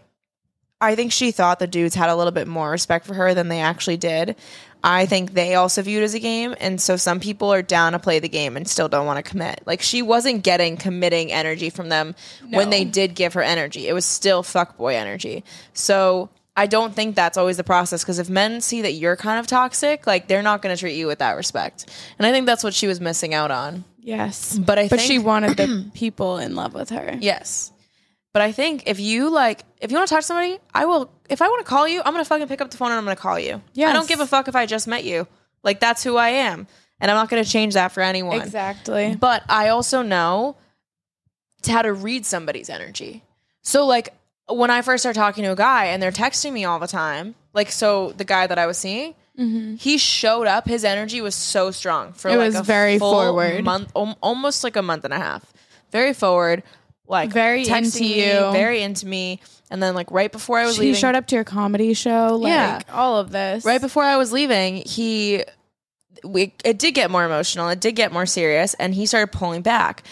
I think she thought the dudes had a little bit more respect for her than they actually did. I think they also viewed it as a game, and so some people are down to play the game and still don't want to commit. Like she wasn't getting committing energy from them when
No.
they did give her energy. It was still fuckboy energy. So I don't think that's always the process because if men see that you're kind of toxic, like they're not going to treat you with that respect. And I think that's what she was missing out on.
Yes.
But I
But
think
she wanted the people in love with her.
Yes. But I think if you like, if you want to talk to somebody, I will. If I want to call you, I'm gonna fucking pick up the phone and I'm gonna call you. Yeah. I
Yes.
don't give a fuck if I just met you. Like that's who I am, and I'm not gonna change that for anyone.
Exactly.
But I also know to how to read somebody's energy. So like when I first started talking to a guy and they're texting me all the time, like so the guy that I was seeing, he showed up. His energy was so strong for
Mm-hmm. It
like
was
a
very
full
forward.
month, al- almost like a month and a half. Very forward, like
Very
texting
into
me,
you.
very into me. And then like right before I was
She
leaving,
showed up to your comedy show, like
Yeah.
all of this.
right before I was leaving, he we it did get more emotional. It did get more serious, and he started pulling back.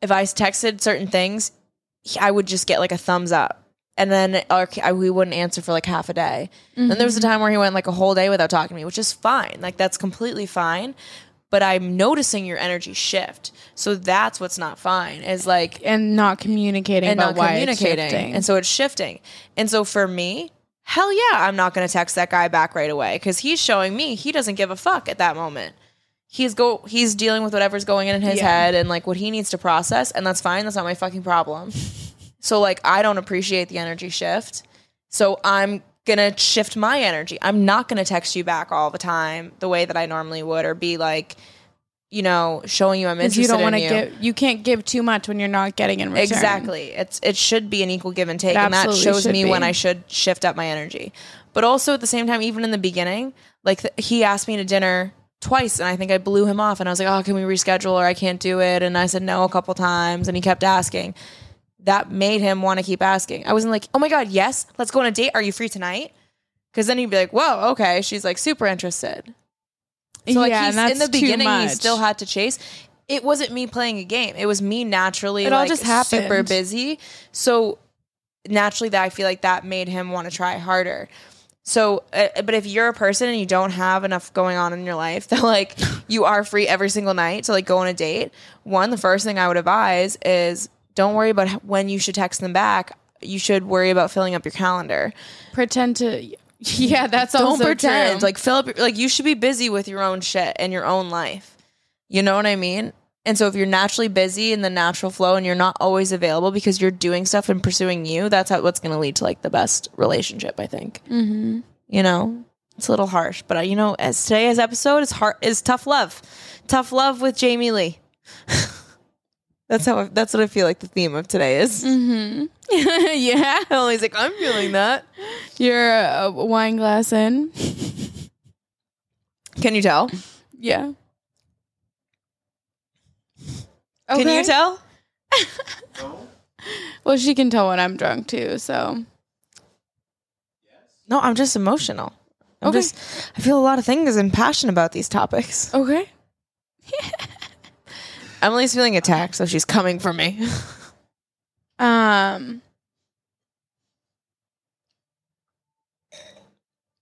If I texted certain things, he- I would just get like a thumbs up, and then or, I, we wouldn't answer for like half a day. Then there was a time where he went like a whole day without talking to me, which is fine. Like that's completely fine. But I'm noticing your energy shift, so that's what's not fine. Is like
and not communicating
and not
about why
communicating.
It's shifting.
and so it's shifting. And so for me, hell yeah, I'm not going to text that guy back right away because he's showing me he doesn't give a fuck at that moment. He's go he's dealing with whatever's going on in his
Yeah.
head and like what he needs to process, and that's fine. That's not my fucking problem. so like I don't appreciate the energy shift. So I'm gonna shift my energy. I'm not gonna text you back all the time the way that I normally would, or be like, you know, showing you I'm
Because
interested.
you don't
in
want to give you can't give too much when you're not getting in return.
Exactly. It's it should be an equal give and take,
It
and that
absolutely
shows
should
me
be.
when I should shift up my energy. But also at the same time, even in the beginning, like th- he asked me to dinner twice, and I think I blew him off, and I was like, "Oh, can we reschedule?" or "I can't do it," and I said no a couple times, and he kept asking. That made him want to keep asking. I wasn't like, "Oh my god, yes, let's go on a date. Are you free tonight?" Because then he'd be like, "Whoa, okay." She's like super interested. So like
yeah,
he's
and that's
in the
too
beginning, he
much.
still had to chase. it wasn't me playing a game. It was me naturally.
It all
like,
just happened.
Super busy. So naturally, that I feel like that made him want to try harder. So, uh, but if you're a person and you don't have enough going on in your life that like you are free every single night to like go on a date, one the first thing I would advise is don't worry about h- when you should text them back. You should worry about filling up your calendar.
pretend to. Yeah, that's
Don't
also
pretend
true.
like fill up. your- Like you should be busy with your own shit and your own life. You know what I mean? And so if you're naturally busy in the natural flow and you're not always available because you're doing stuff and pursuing you, that's how what's going to lead to like the best relationship. I think
hmm
you know it's a little harsh but uh, you know as today's episode is hard is tough love tough love with jamie lee that's how I, that's what i feel like the theme of today is
Mm. yeah,
emily's like i'm feeling that
you're a wine glass in.
can you tell
Yeah.
can you
Okay.
tell
Well, she can tell when I'm drunk too. So
no i'm just emotional i'm
Okay.
just i feel a lot of things and passionate about these topics
okay.
emily's feeling attacked so she's coming for me
Um.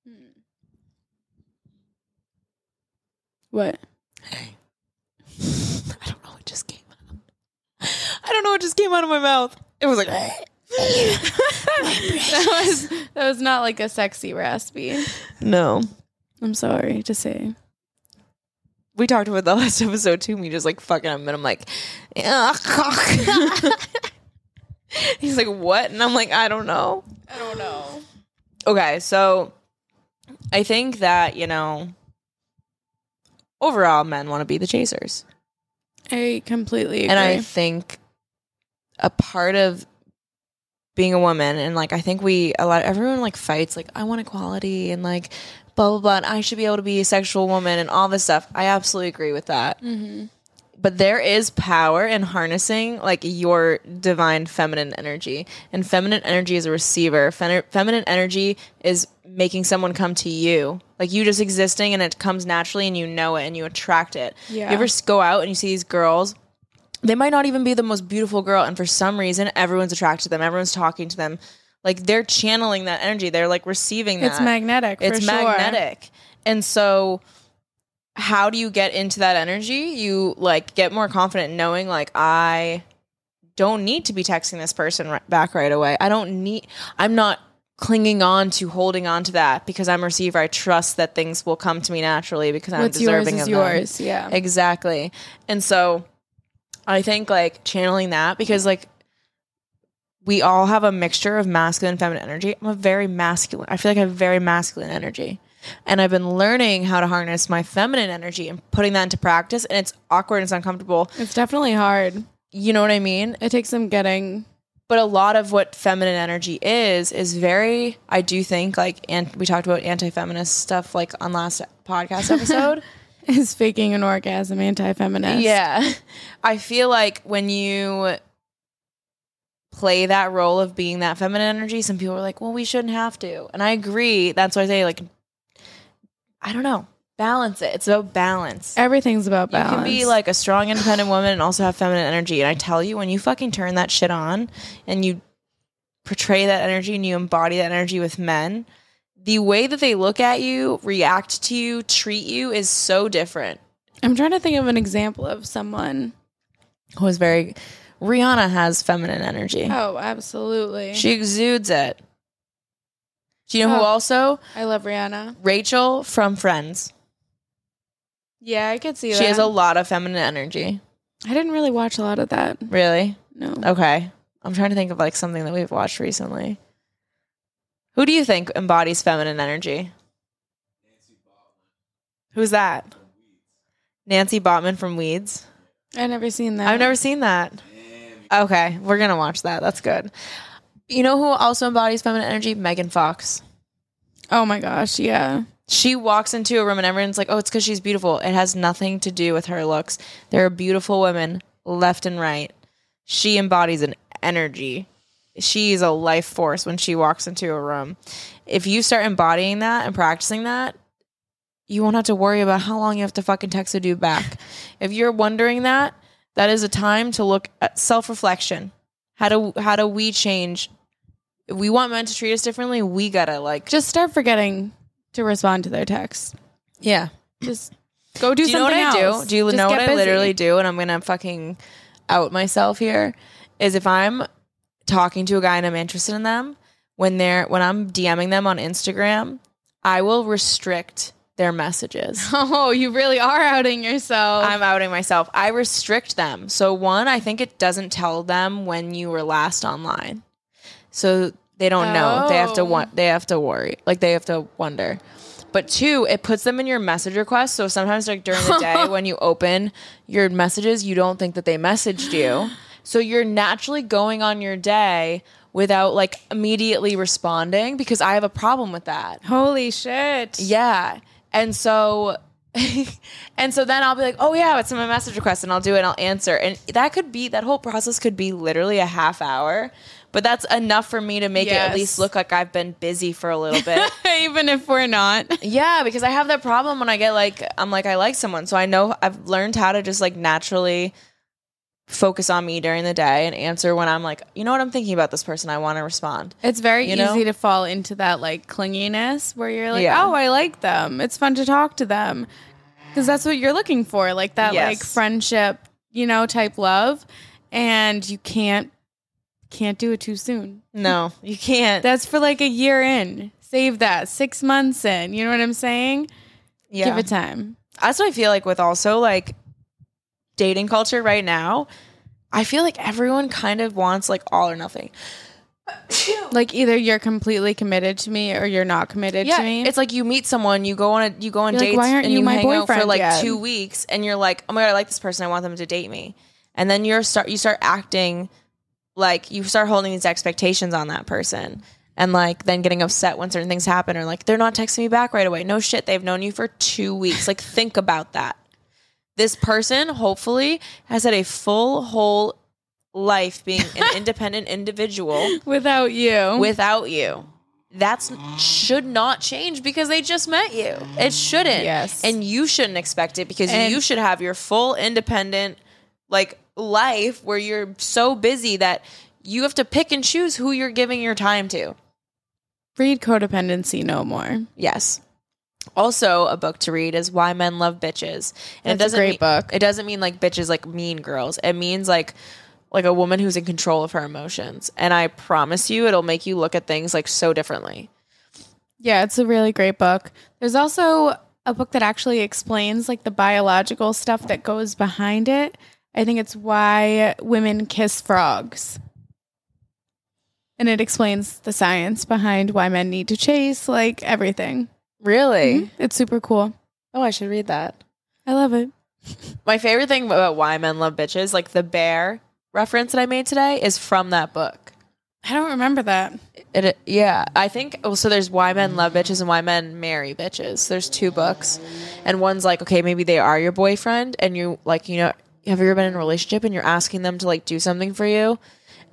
Hmm. What?
i don't know what just came out i don't know what just came out of my mouth it was like
that was that was not like a sexy raspy.
no
I'm sorry to say.
we talked about the last episode too. Me just like fucking him, and I'm like, "Ugh." he's like, what? And I'm like, I don't know.
I don't know.
Okay, so I think that you know, overall, men want to be the chasers,
I completely agree.
and I think a part of being a woman, and like I think we a lot everyone like fights like I want equality and like blah blah blah, and I should be able to be a sexual woman and all this stuff. I absolutely agree with that.
mm-hmm.
but there is power in harnessing like your divine feminine energy and feminine energy is a receiver Fen- feminine energy is making someone come to you like you just existing and it comes naturally and you know it and you attract it
Yeah.
you ever s- go out and you see these girls they might not even be the most beautiful girl and for some reason everyone's attracted to them everyone's talking to them like they're channeling that energy they're like receiving that
It's magnetic. for
it's
sure.
magnetic and so how do you get into that energy you like get more confident knowing like i don't need to be texting this person ri- back right away i don't need i'm not clinging on to holding on to that because i'm a receiver i trust that things will come to me naturally because i'm
What's yours
uh, deserving
is
of them.
yours. Yeah.
Exactly. And so I think like channeling that because like we all have a mixture of masculine and feminine energy. I'm a very masculine. I feel like I have very masculine energy. And I've been learning how to harness my feminine energy and putting that into practice and it's awkward and it's uncomfortable.
It's definitely hard.
You know what I mean?
It takes some getting.
but a lot of what feminine energy is is very i do think like and we talked about anti-feminist stuff like on last podcast episode
Is faking an orgasm anti-feminist?
Yeah. I feel like when you play that role of being that feminine energy, some people are like, well, we shouldn't have to. And I agree. That's why I say, like, I don't know. Balance it. It's about balance.
Everything's about balance.
You can be like a strong, independent woman and also have feminine energy. And I tell you, when you fucking turn that shit on and you portray that energy and you embody that energy with men, the way that they look at you, react to you, treat you is so different.
I'm trying to think of an example of someone.
who is very Rihanna has feminine energy.
Oh, absolutely.
She exudes it. Do you know who
Oh.
also?
I love Rihanna.
Rachel from Friends.
Yeah, I could see
She has a lot of feminine energy.
I didn't really watch a lot of that.
Really?
No.
Okay. I'm trying to think of like something that we've watched recently. Who do you think embodies feminine energy? Who's that? Nancy Botman from Weeds.
I've never seen that.
I've never seen that. Okay, we're gonna watch that. That's good. You know who also embodies feminine energy? Megan Fox.
Oh my gosh, yeah.
She walks into a room and everyone's like, "Oh, it's because she's beautiful." It has nothing to do with her looks. There are beautiful women left and right. She embodies an energy. She is a life force when she walks into a room. If you start embodying that and practicing that, you won't have to worry about how long you have to fucking text a dude back. if you're wondering that, That is a time to look at self-reflection. How do how do we change? If we want men to treat us differently, we gotta like
Just start forgetting to respond to their texts.
yeah.
Just go do,
Do you know what
something
I
else.
do? Do you
Just
know
get
what I
busy.
literally do? And I'm gonna fucking out myself here. Is if I'm talking to a guy and I'm interested in them, when they're when I'm DMing them on Instagram, I will restrict their messages.
Oh, you really are outing yourself.
I'm outing myself. I restrict them. So one, I think it doesn't tell them when you were last online. So they don't know. They have to
Oh.
want they have to worry. Like they have to wonder. But two, it puts them in your message request. So sometimes like during the day when you open your messages, you don't think that they messaged you. So you're naturally going on your day without like immediately responding because I have a problem with that.
Holy shit.
Yeah. And so and so then I'll be like, "Oh yeah, it's in my message request," and I'll do it. and I'll answer, and that could be that whole process could be literally a half hour, but that's enough for me to make it at
Yes.
least look like I've been busy for a little bit.
Even if we're not.
yeah, because I have that problem when I get like I'm like I like someone, so I know I've learned how to just like naturally focus on me during the day and answer when I'm like, you know what, I'm thinking about this person, I want to respond.
It's very
You
easy
know?
to fall into that like clinginess where you're like,
Yeah.
oh, I like them. It's fun to talk to them. Because that's what you're looking for, like that
Yes.
like friendship, you know, type love. And you can't can't do it too soon.
No, you can't.
That's for like a year in. Save that. Six months in. You know what I'm saying?
yeah.
Give it time.
that's what I feel like with also like dating culture right now. I feel like everyone kind of wants like all or nothing.
Like either you're completely committed to me or you're not committed to me.
it's like you meet someone, you go on a you go on
You're like,
dates,
"Why aren't
and
you
you,
my
hang out for
boyfriend
like
yet?"
two weeks, and you're like, oh my god, I like this person, I want them to date me, and then you're start you start acting like you start holding these expectations on that person. And like then getting upset when certain things happen, or like they're not texting me back right away. No shit, they've known you for two weeks. Like think about that. This person hopefully has had a full whole life being an independent individual
without you.
without you. That's should not change because they just met you. It shouldn't.
Yes.
And you shouldn't expect it because
And-
you should have your full independent like life where you're so busy that you have to pick and choose who you're giving your time to.
read codependency no more.
Yes. Also, a book to read is Why Men Love Bitches. And it
That's a
doesn't
great
mean-
book.
It doesn't mean like bitches like mean girls. It means like like a woman who's in control of her emotions. And I promise you it'll make you look at things like so differently.
Yeah, it's a really great book. There's also a book that actually explains like the biological stuff that goes behind it. I think it's why women kiss frogs. And it explains the science behind why men need to chase, like everything.
Really?
It's super cool.
Oh, I should read that.
I love it.
My favorite thing about why men love bitches, like the bear reference that I made today, is from that book.
I don't remember that.
It, it- yeah, I think oh, so. There's why men love bitches and why men marry bitches. There's two books, and one's like okay, maybe they are your boyfriend, and you like you know have you ever been in a relationship and you're asking them to like do something for you,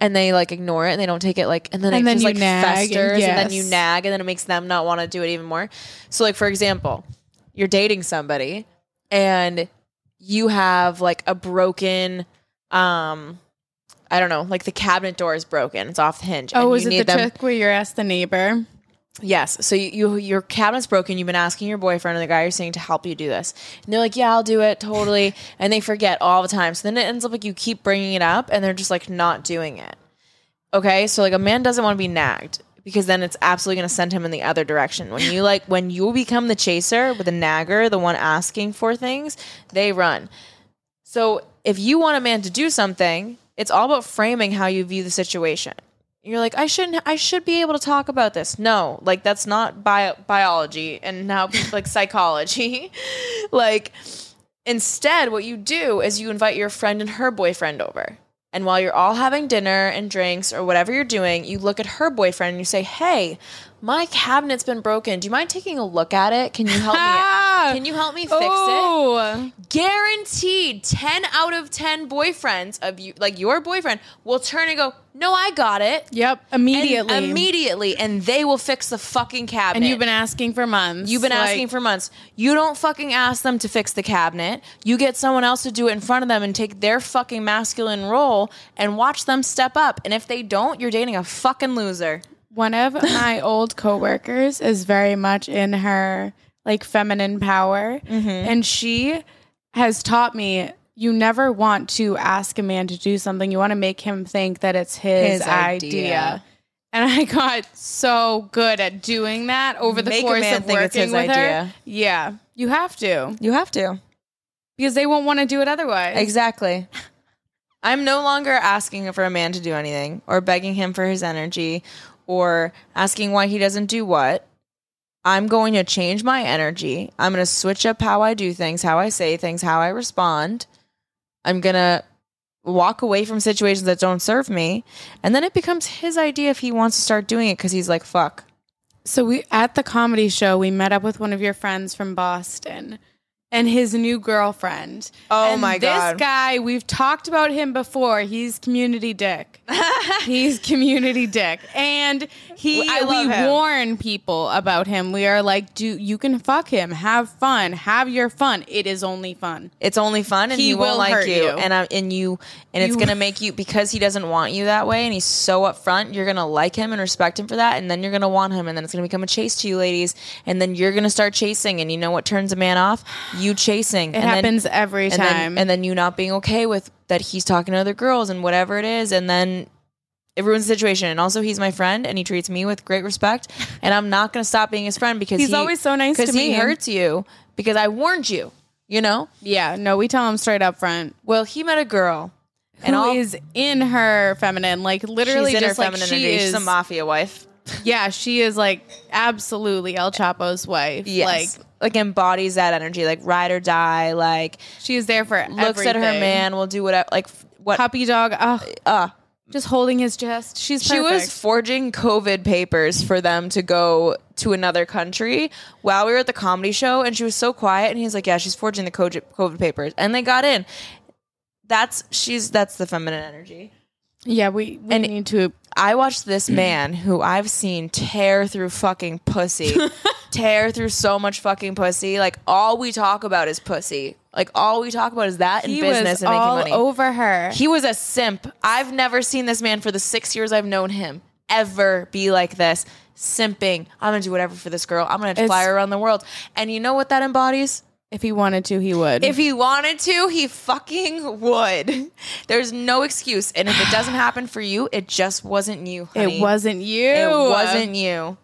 and they like ignore it and they don't take it like and then
And
it
then
just
you
like
nag, and-
festers and then you
yes.
nag and then it makes them not want to do it even more. So like for example, you're dating somebody and you have like a broken um I don't know, like the cabinet door is broken. It's off the hinge.
Oh,
and
was
you
it the
need them-
trick where you're asked the neighbor?
Yes. So you, you your cabinet's broken. You've been asking your boyfriend or the guy you're seeing to help you do this, and they're like, "Yeah, I'll do it totally," and they forget all the time. So then it ends up like you keep bringing it up, and they're just like not doing it. Okay, so like a man doesn't want to be nagged because then it's absolutely going to send him in the other direction. When you like when you become the chaser with the nagger, the one asking for things, they run. So if you want a man to do something, it's all about framing how you view the situation. You're like, I shouldn't I should be able to talk about this. No, like that's not bio- biology and now like psychology. like Instead, what you do is you invite your friend and her boyfriend over. And while you're all having dinner and drinks or whatever you're doing, you look at her boyfriend and you say, Hey, my cabinet's been broken. Do you mind taking a look at it? Can you help me?
Ah!
Can you help me fix it?
oh,
Guaranteed, ten out of ten boyfriends of you, like your boyfriend, will turn and go, "No, I got it."
Yep.
And
Immediately.
immediately, and they will fix the fucking cabinet.
And you've been asking for months.
You've been
Like,
asking for months. You don't fucking ask them to fix the cabinet. You get someone else to do it in front of them and take their fucking masculine role and watch them step up. And if they don't, you're dating a fucking loser.
One of my old coworkers is very much in her like feminine power,
Mm-hmm.
and she has taught me you never want to ask a man to do something. You want to make him think that it's his,
His
idea.
idea.
And I got so good at doing that over the
Make a
course
man
of
think
working
it's his
with her.
idea.
Yeah, you have to
You have to.
because they won't want to do it otherwise.
Exactly. I'm no longer asking for a man to do anything or begging him for his energy or asking why he doesn't do what. I'm going to change my energy. I'm going to switch up how I do things, how I say things, how I respond. I'm going to walk away from situations that don't serve me. And then it becomes his idea if he wants to start doing it because he's like, fuck.
So we at the comedy show we met up with one of your friends from Boston and his new girlfriend.
Oh
And
my God.
This guy, we've talked about him before. He's community dick. He's community dick. And he
I love
we
him.
warn people about him. We are like, do you can fuck him. Have fun. Have your fun. It is only fun.
It's only fun, and
He
he, won't
will
like
hurt
you.
you.
and I, and you, and it's
You-
gonna make you because he doesn't want you that way, and he's so upfront. You're gonna like him and respect him for that, and then you're gonna want him, and then it's gonna become a chase to you, ladies, and then you're gonna start chasing, and you know what turns a man off? You chasing.
It
and then-
happens every
and
time.
then, and then you not being okay with that he's talking to other girls and whatever it is, and then it ruins the situation. And also, he's my friend, and he treats me with great respect, and I'm not going to stop being his friend because
He's
he-
always so nice
'cause
to
he
me.
hurts you because I warned you. You know,
yeah, no, we tell him straight up front.
well, he met a girl,
And
and all
in her feminine, like literally
she's in
just
her
like
feminine
she
energy.
is
She's a mafia wife.
Yeah, she is like absolutely El Chapo's wife.
Like,
Like
like embodies that energy, like ride or die. Like
she is there for
looks at her
everything.
man, will do whatever. Like f- what?
Puppy dog, oh,
uh,
just holding his chest. She's
she was
perfect.
forging COVID papers for them to go to another country while we were at the comedy show, and she was so quiet. And he's like, "Yeah, she's forging the co- COVID papers," and they got in. That's she's that's the feminine energy.
Yeah, we, we
And-
need to
I watched
Mm.
this man who I've seen tear through fucking pussy, tear through so much fucking pussy. Like all we talk about is pussy. Like all we talk about is that and
he
business
was
and making
all
money.
over her.
he was a simp. I've never seen this man for the six years I've known him ever be like this. Simping. I'm gonna do whatever for this girl. I'm gonna
It's-
fly her around the world. And you know what that embodies?
if he wanted to, he would.
If he wanted to, he fucking would. There's no excuse. And if it doesn't happen for you, it just wasn't you. honey.
it wasn't you.
It wasn't you.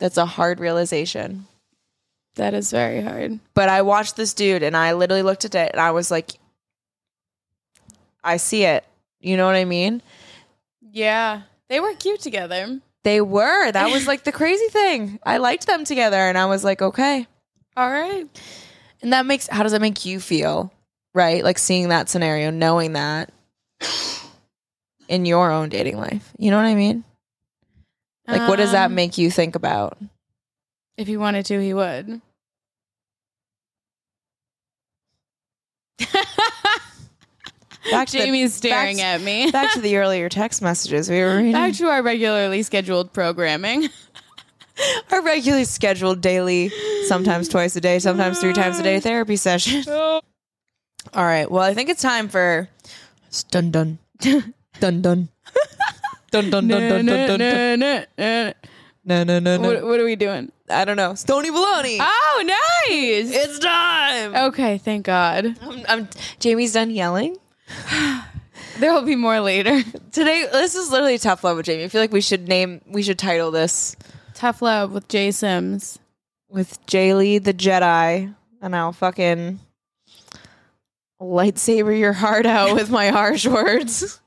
That's a hard realization.
That is very hard.
But I watched this dude and I literally looked at it and I was like, I see it. You know what I mean?
Yeah. They were cute together.
They were. That was like the crazy thing. I liked them together and I was like, okay.
All right.
And that makes, how does that make you feel? Right? Like seeing that scenario, knowing that in your own dating life. You know what I mean? Like, what does that
Um,
make you think about?
If he wanted to, he would.
Back to the-
Jamie's staring
back,
at me.
Back to the earlier text messages we were reading.
Back to our regularly scheduled programming.
our regularly scheduled daily, sometimes twice a day, sometimes three times a day therapy session. All right. Well, I think it's time for dun dun dun dun dun dun dun dun dun dun. No no no
What,
no.
what are we doing?
I don't know. Stony baloney.
Oh, nice.
It's time.
Okay, thank God.
I'm, I'm, Um, Jamie's done yelling.
There will be more later.
Today, this is literally tough love with Jamie. I feel like we should name, we should title this
Tough love with Jay Sims.
with Jaylee the Jedi, and I'll fucking lightsaber your heart out with my harsh words.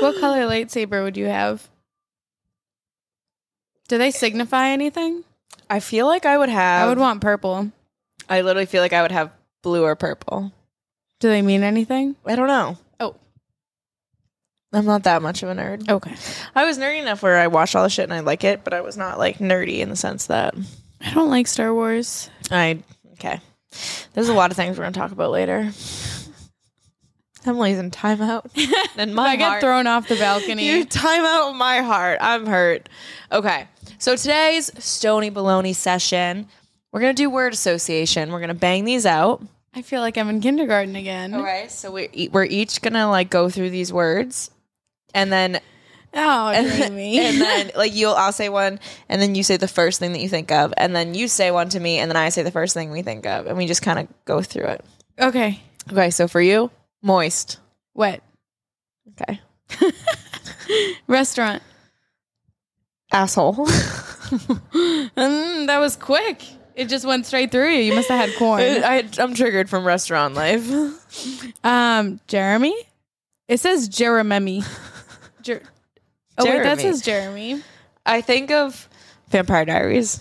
What color lightsaber would you have? Do they signify anything?
I feel like I would have.
I would want purple.
I literally feel like I would have blue or purple.
Do they mean anything?
I don't know.
Oh.
I'm not that much of a nerd.
Okay.
I was nerdy enough where I watched all the shit and I like it, but I was not like nerdy in the sense that
I don't like Star Wars.
I okay. There's a lot of things we're gonna talk about later. Emily's in timeout. And my
I get
heart-
thrown off the balcony.
You time out my heart. I'm hurt. Okay. So today's Stony Baloney session, we're gonna do word association. We're gonna bang these out.
I feel like I'm in kindergarten again.
Okay. So we we're each gonna like go through these words, and then
Oh,
and
dreamy.
then like you'll I'll say one, and then you say the first thing that you think of, and then you say one to me, and then I say the first thing we think of, and we just kind of go through it.
okay.
Okay. So for you, moist.
What?
Okay.
Restaurant.
Asshole.
Mm, that was quick. It just went straight through you. You must have had corn.
I, I'm triggered from restaurant life.
Um, Jeremy. It says Jeremy. Jer- oh wait, that
Jeremy.
says Jeremy.
I think of Vampire Diaries.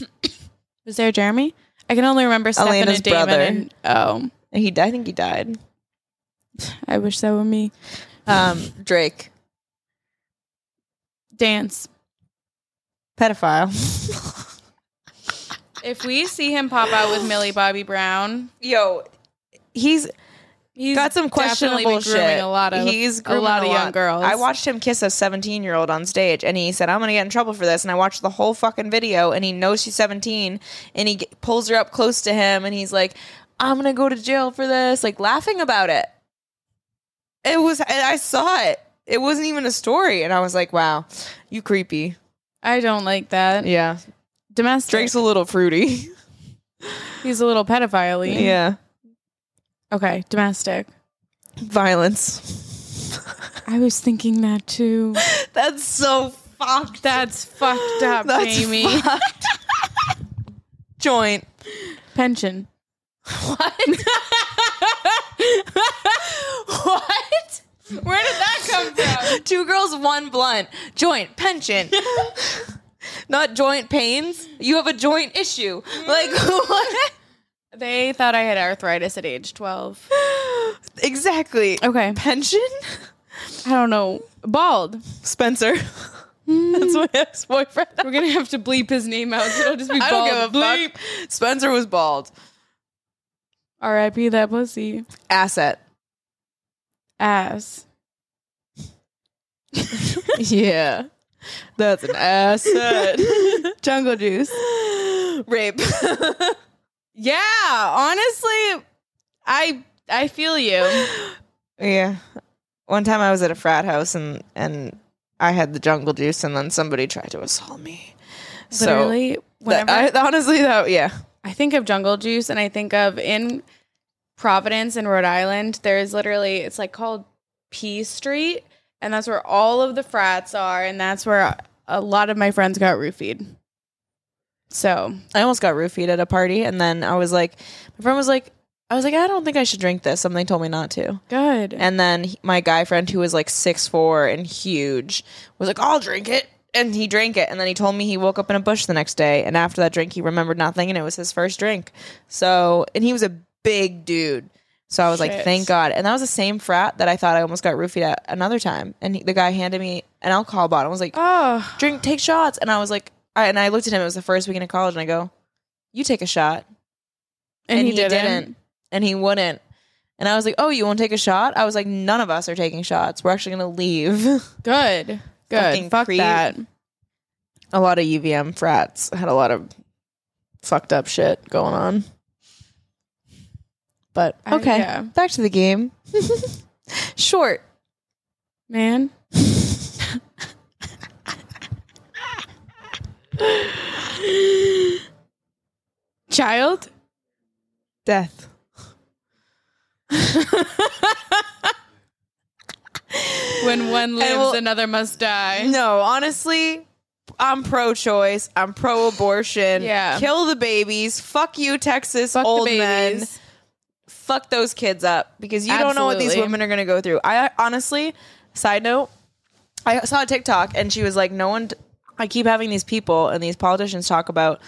Was there a Jeremy? I can only remember Stefan
Elena's
and Damon.
brother.
And, oh,
And he, I think he died.
I wish that were me.
Um, Drake,
Dance.
pedophile.
If we see him pop out with Millie Bobby Brown,
Yo, he's
he's
got some
definitely
questionable
been grooming
shit.
a lot of
he's
a
grooming
lot of young girls.
I watched him kiss a 17 year old on stage, and he said, "I'm gonna get in trouble for this." And I watched the whole fucking video, and he knows she's 17, and he g- pulls her up close to him, and he's like, "I'm gonna go to jail for this," like laughing about it. It was, and I saw it. It wasn't even a story, and I was like, "Wow, you creepy."
I don't like that.
Yeah,
Domestic.
Drake's a little fruity.
he's a little pedophile.
yeah,
Okay. Domestic.
violence.
I was thinking that too.
That's so fucked.
That's fucked up, Jamie.
fucked. Joint.
Pension.
What? what?
Where did that come from?
Two girls, one blunt. Joint pension. Not joint pains. You have a joint issue. Like what?
They thought I had arthritis at age 12.
Exactly.
Okay.
Pension.
I don't know. Bald.
Spencer. That's my ex-boyfriend.
We're going to have to bleep his name out. So it'll just be
I
bald.
don't give a
bleep.
fuck. Spencer was bald.
RIP that pussy.
Asset.
Ass.
yeah. That's an asset.
Jungle juice.
Rape.
Yeah. Honestly, I I feel you.
yeah. One time I was at a frat house and and I had the jungle juice and then somebody tried to assault me.
Literally,
so that-
whenever I,
I, honestly though, yeah.
think of jungle juice and I think of in Providence in Rhode Island, there's literally it's like called P Street, and that's where all of the frats are, and that's where a lot of my friends got roofied. So
I almost got roofied at a party and then I was like my friend was like I was like, I don't think I should drink this. Something told me not to.
good.
And then he- my guy friend, who was like six four and huge, was like, "I'll drink it," and he drank it. And then he told me he woke up in a bush the next day, and after that drink, he remembered nothing, and it was his first drink. So, and he was a big dude. So I was like,
Shit.
"Thank God!" And that was the same frat that I thought I almost got roofied at another time. And he, the guy handed me an alcohol bottle. I was like,
oh,
"Drink, take shots," and I was like, I, and I looked at him. It was the first weekend of college, and I go, "You take a shot."
and, he, didn't.
and he wouldn't and i was like oh you won't take a shot i was like none of us are taking shots we're actually gonna leave
Good, good.
Fucking
Fuck
creep.
that.
a lot of uvm frats had a lot of fucked up shit going on but
I-
okay
yeah.
back to the game short
man. Child.
death
When one lives,
we'll-
another must die.
no honestly i'm pro-choice i'm pro-abortion
Yeah.
kill the babies fuck you texas
Fuck the
old men
babies.
fuck those kids up because you don't know what these
Absolutely.
women are going to go through. I honestly, side note, I saw a TikTok and she was like, no one, I keep having these people and these politicians talk about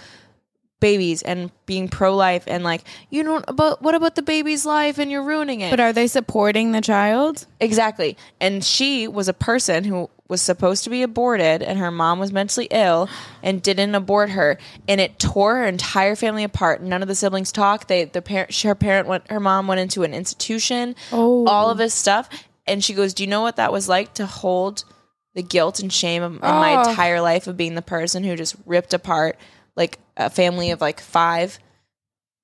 babies and being pro life and like you don't about what about the baby's life and you're ruining it.
But are they supporting the child?
Exactly. And she was a person who was supposed to be aborted and her mom was mentally ill and didn't abort her and it tore her entire family apart. None of the siblings talked. They the parent her parent went her mom went into an institution.
Oh.
All of this stuff and she goes, "Do you know what that was like to hold the guilt and shame of, in my
Oh.
entire life of being the person who just ripped apart like a family of like 5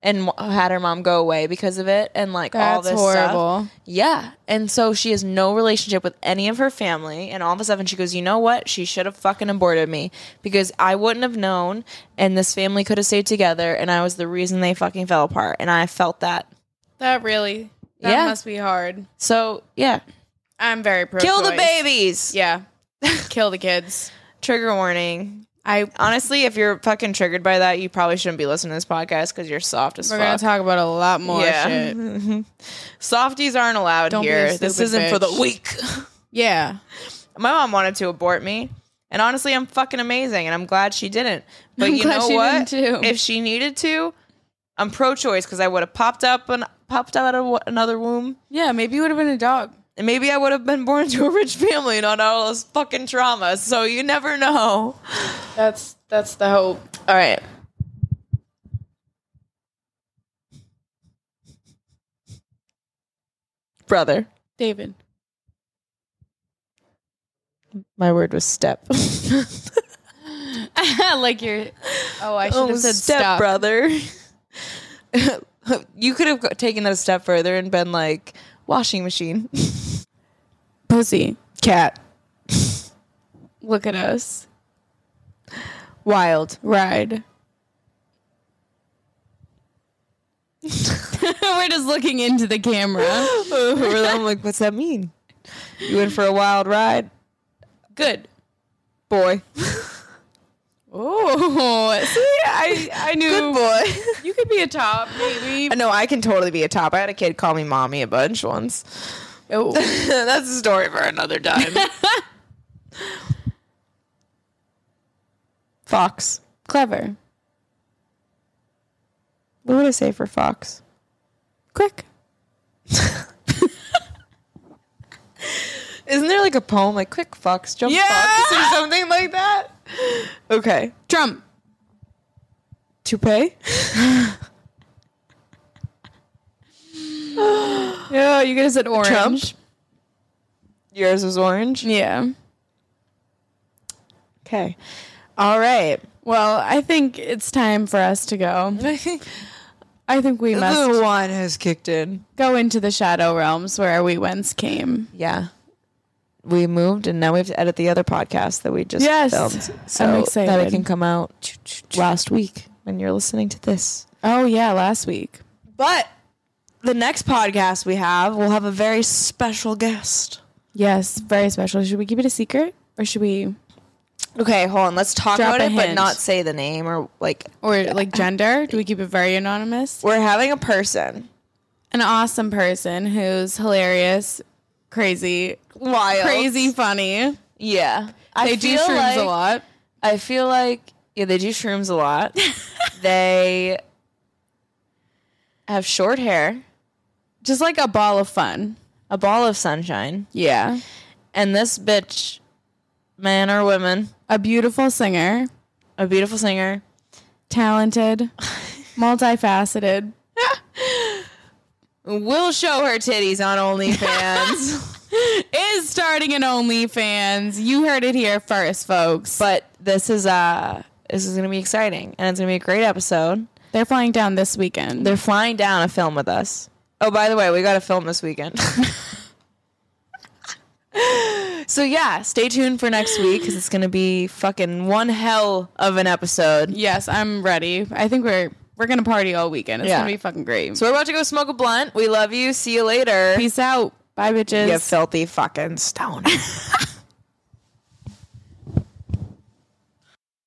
and w- had her mom go away because of it and like all
That's
this stuff."
horrible.
Yeah. And so she has no relationship with any of her family. And all of a sudden she goes, you know what? She should have fucking aborted me because I wouldn't have known. And this family could have stayed together. And I was the reason they fucking fell apart. And I felt that.
That really. That
Yeah.
must be hard.
So yeah.
I'm very pro.
Kill the babies.
Yeah. Kill the kids.
Trigger warning.
I
Honestly, if you're fucking triggered by that, you probably shouldn't be listening to this podcast because you're soft as
we're gonna
fuck.
talk about a lot more
Yeah.
shit.
Softies aren't allowed
Don't be
here.
a
This
stupid
isn't for the
bitch.
weak.
Yeah.
my mom wanted to abort me and honestly i'm fucking amazing and i'm glad she didn't but
I'm
you
glad
know
she
what
didn't too.
if she needed to i'm pro-choice because i would have popped up and popped out of another womb
Yeah, maybe you would have been a dog.
and maybe i would have been born to a rich family not all this fucking trauma so you never know
That's that's the hope.
all right brother
David.
my word was step
like you're Oh, I should have said
step
stop.
brother. you could have go- taken that a step further and been like washing machine.
Pussy.
Cat.
Look at us.
Wild.
Ride. We're just looking into the camera.
I'm like, what's that mean? You went for a wild ride,
Good.
boy.
Oh, see, I I knew
Good boy.
you could be a top maybe.
no, I can totally be a top. I had a kid call me mommy a bunch once.
Oh,
That's a story for another time. fox.
clever,
What would I say for fox?
quick.
Isn't there like a poem like "Quick Fox, Jump
Yeah!
Fox" or something like that? Okay,
Trump.
toupee.
Yeah, Oh, you guys said orange.
Trump? Yours was orange.
Yeah.
Okay, all right.
Well, I think it's time for us to go. I think we must
the wine has kicked in.
go into the shadow realms where we whence came.
Yeah, we moved, and now we have to edit the other podcast that we just
Yes.
filmed,
I'm
so that
excited.
it can come out last week when you're listening to this.
Oh yeah, last week.
But the next podcast we have will have a very special guest.
Yes, very special. Should we keep it a secret or should we
Okay, hold on. Let's talk
Drop
about
a
it, but
hint.
not say the name or like
or like gender? Do we keep it very anonymous?
we're having a person
An awesome person who's hilarious, crazy,
wild
crazy funny.
yeah I
They do
feel
shrooms
like,
a lot.
i feel like yeah they do shrooms a lot they have short hair
Just like a ball of fun.
a ball of sunshine
Yeah.
and this bitch man or woman
A beautiful singer,
a beautiful singer
talented, multifaceted.
will show her titties on onlyfans
Is starting an OnlyFans. You heard it here first, folks. But
but this is uh this is gonna be exciting and it's gonna be a great episode
they're flying down this weekend.
They're flying down a film with us. Oh, by the way, we got to film this weekend. so yeah, stay tuned for next week because it's gonna be fucking one hell of an episode.
yes, I'm ready. I think we're we're gonna party all weekend. It's
Yeah.
gonna be fucking great.
So we're about to go smoke a blunt. We love you. See you later.
Peace out. Bye, bitches.
You filthy fucking stone.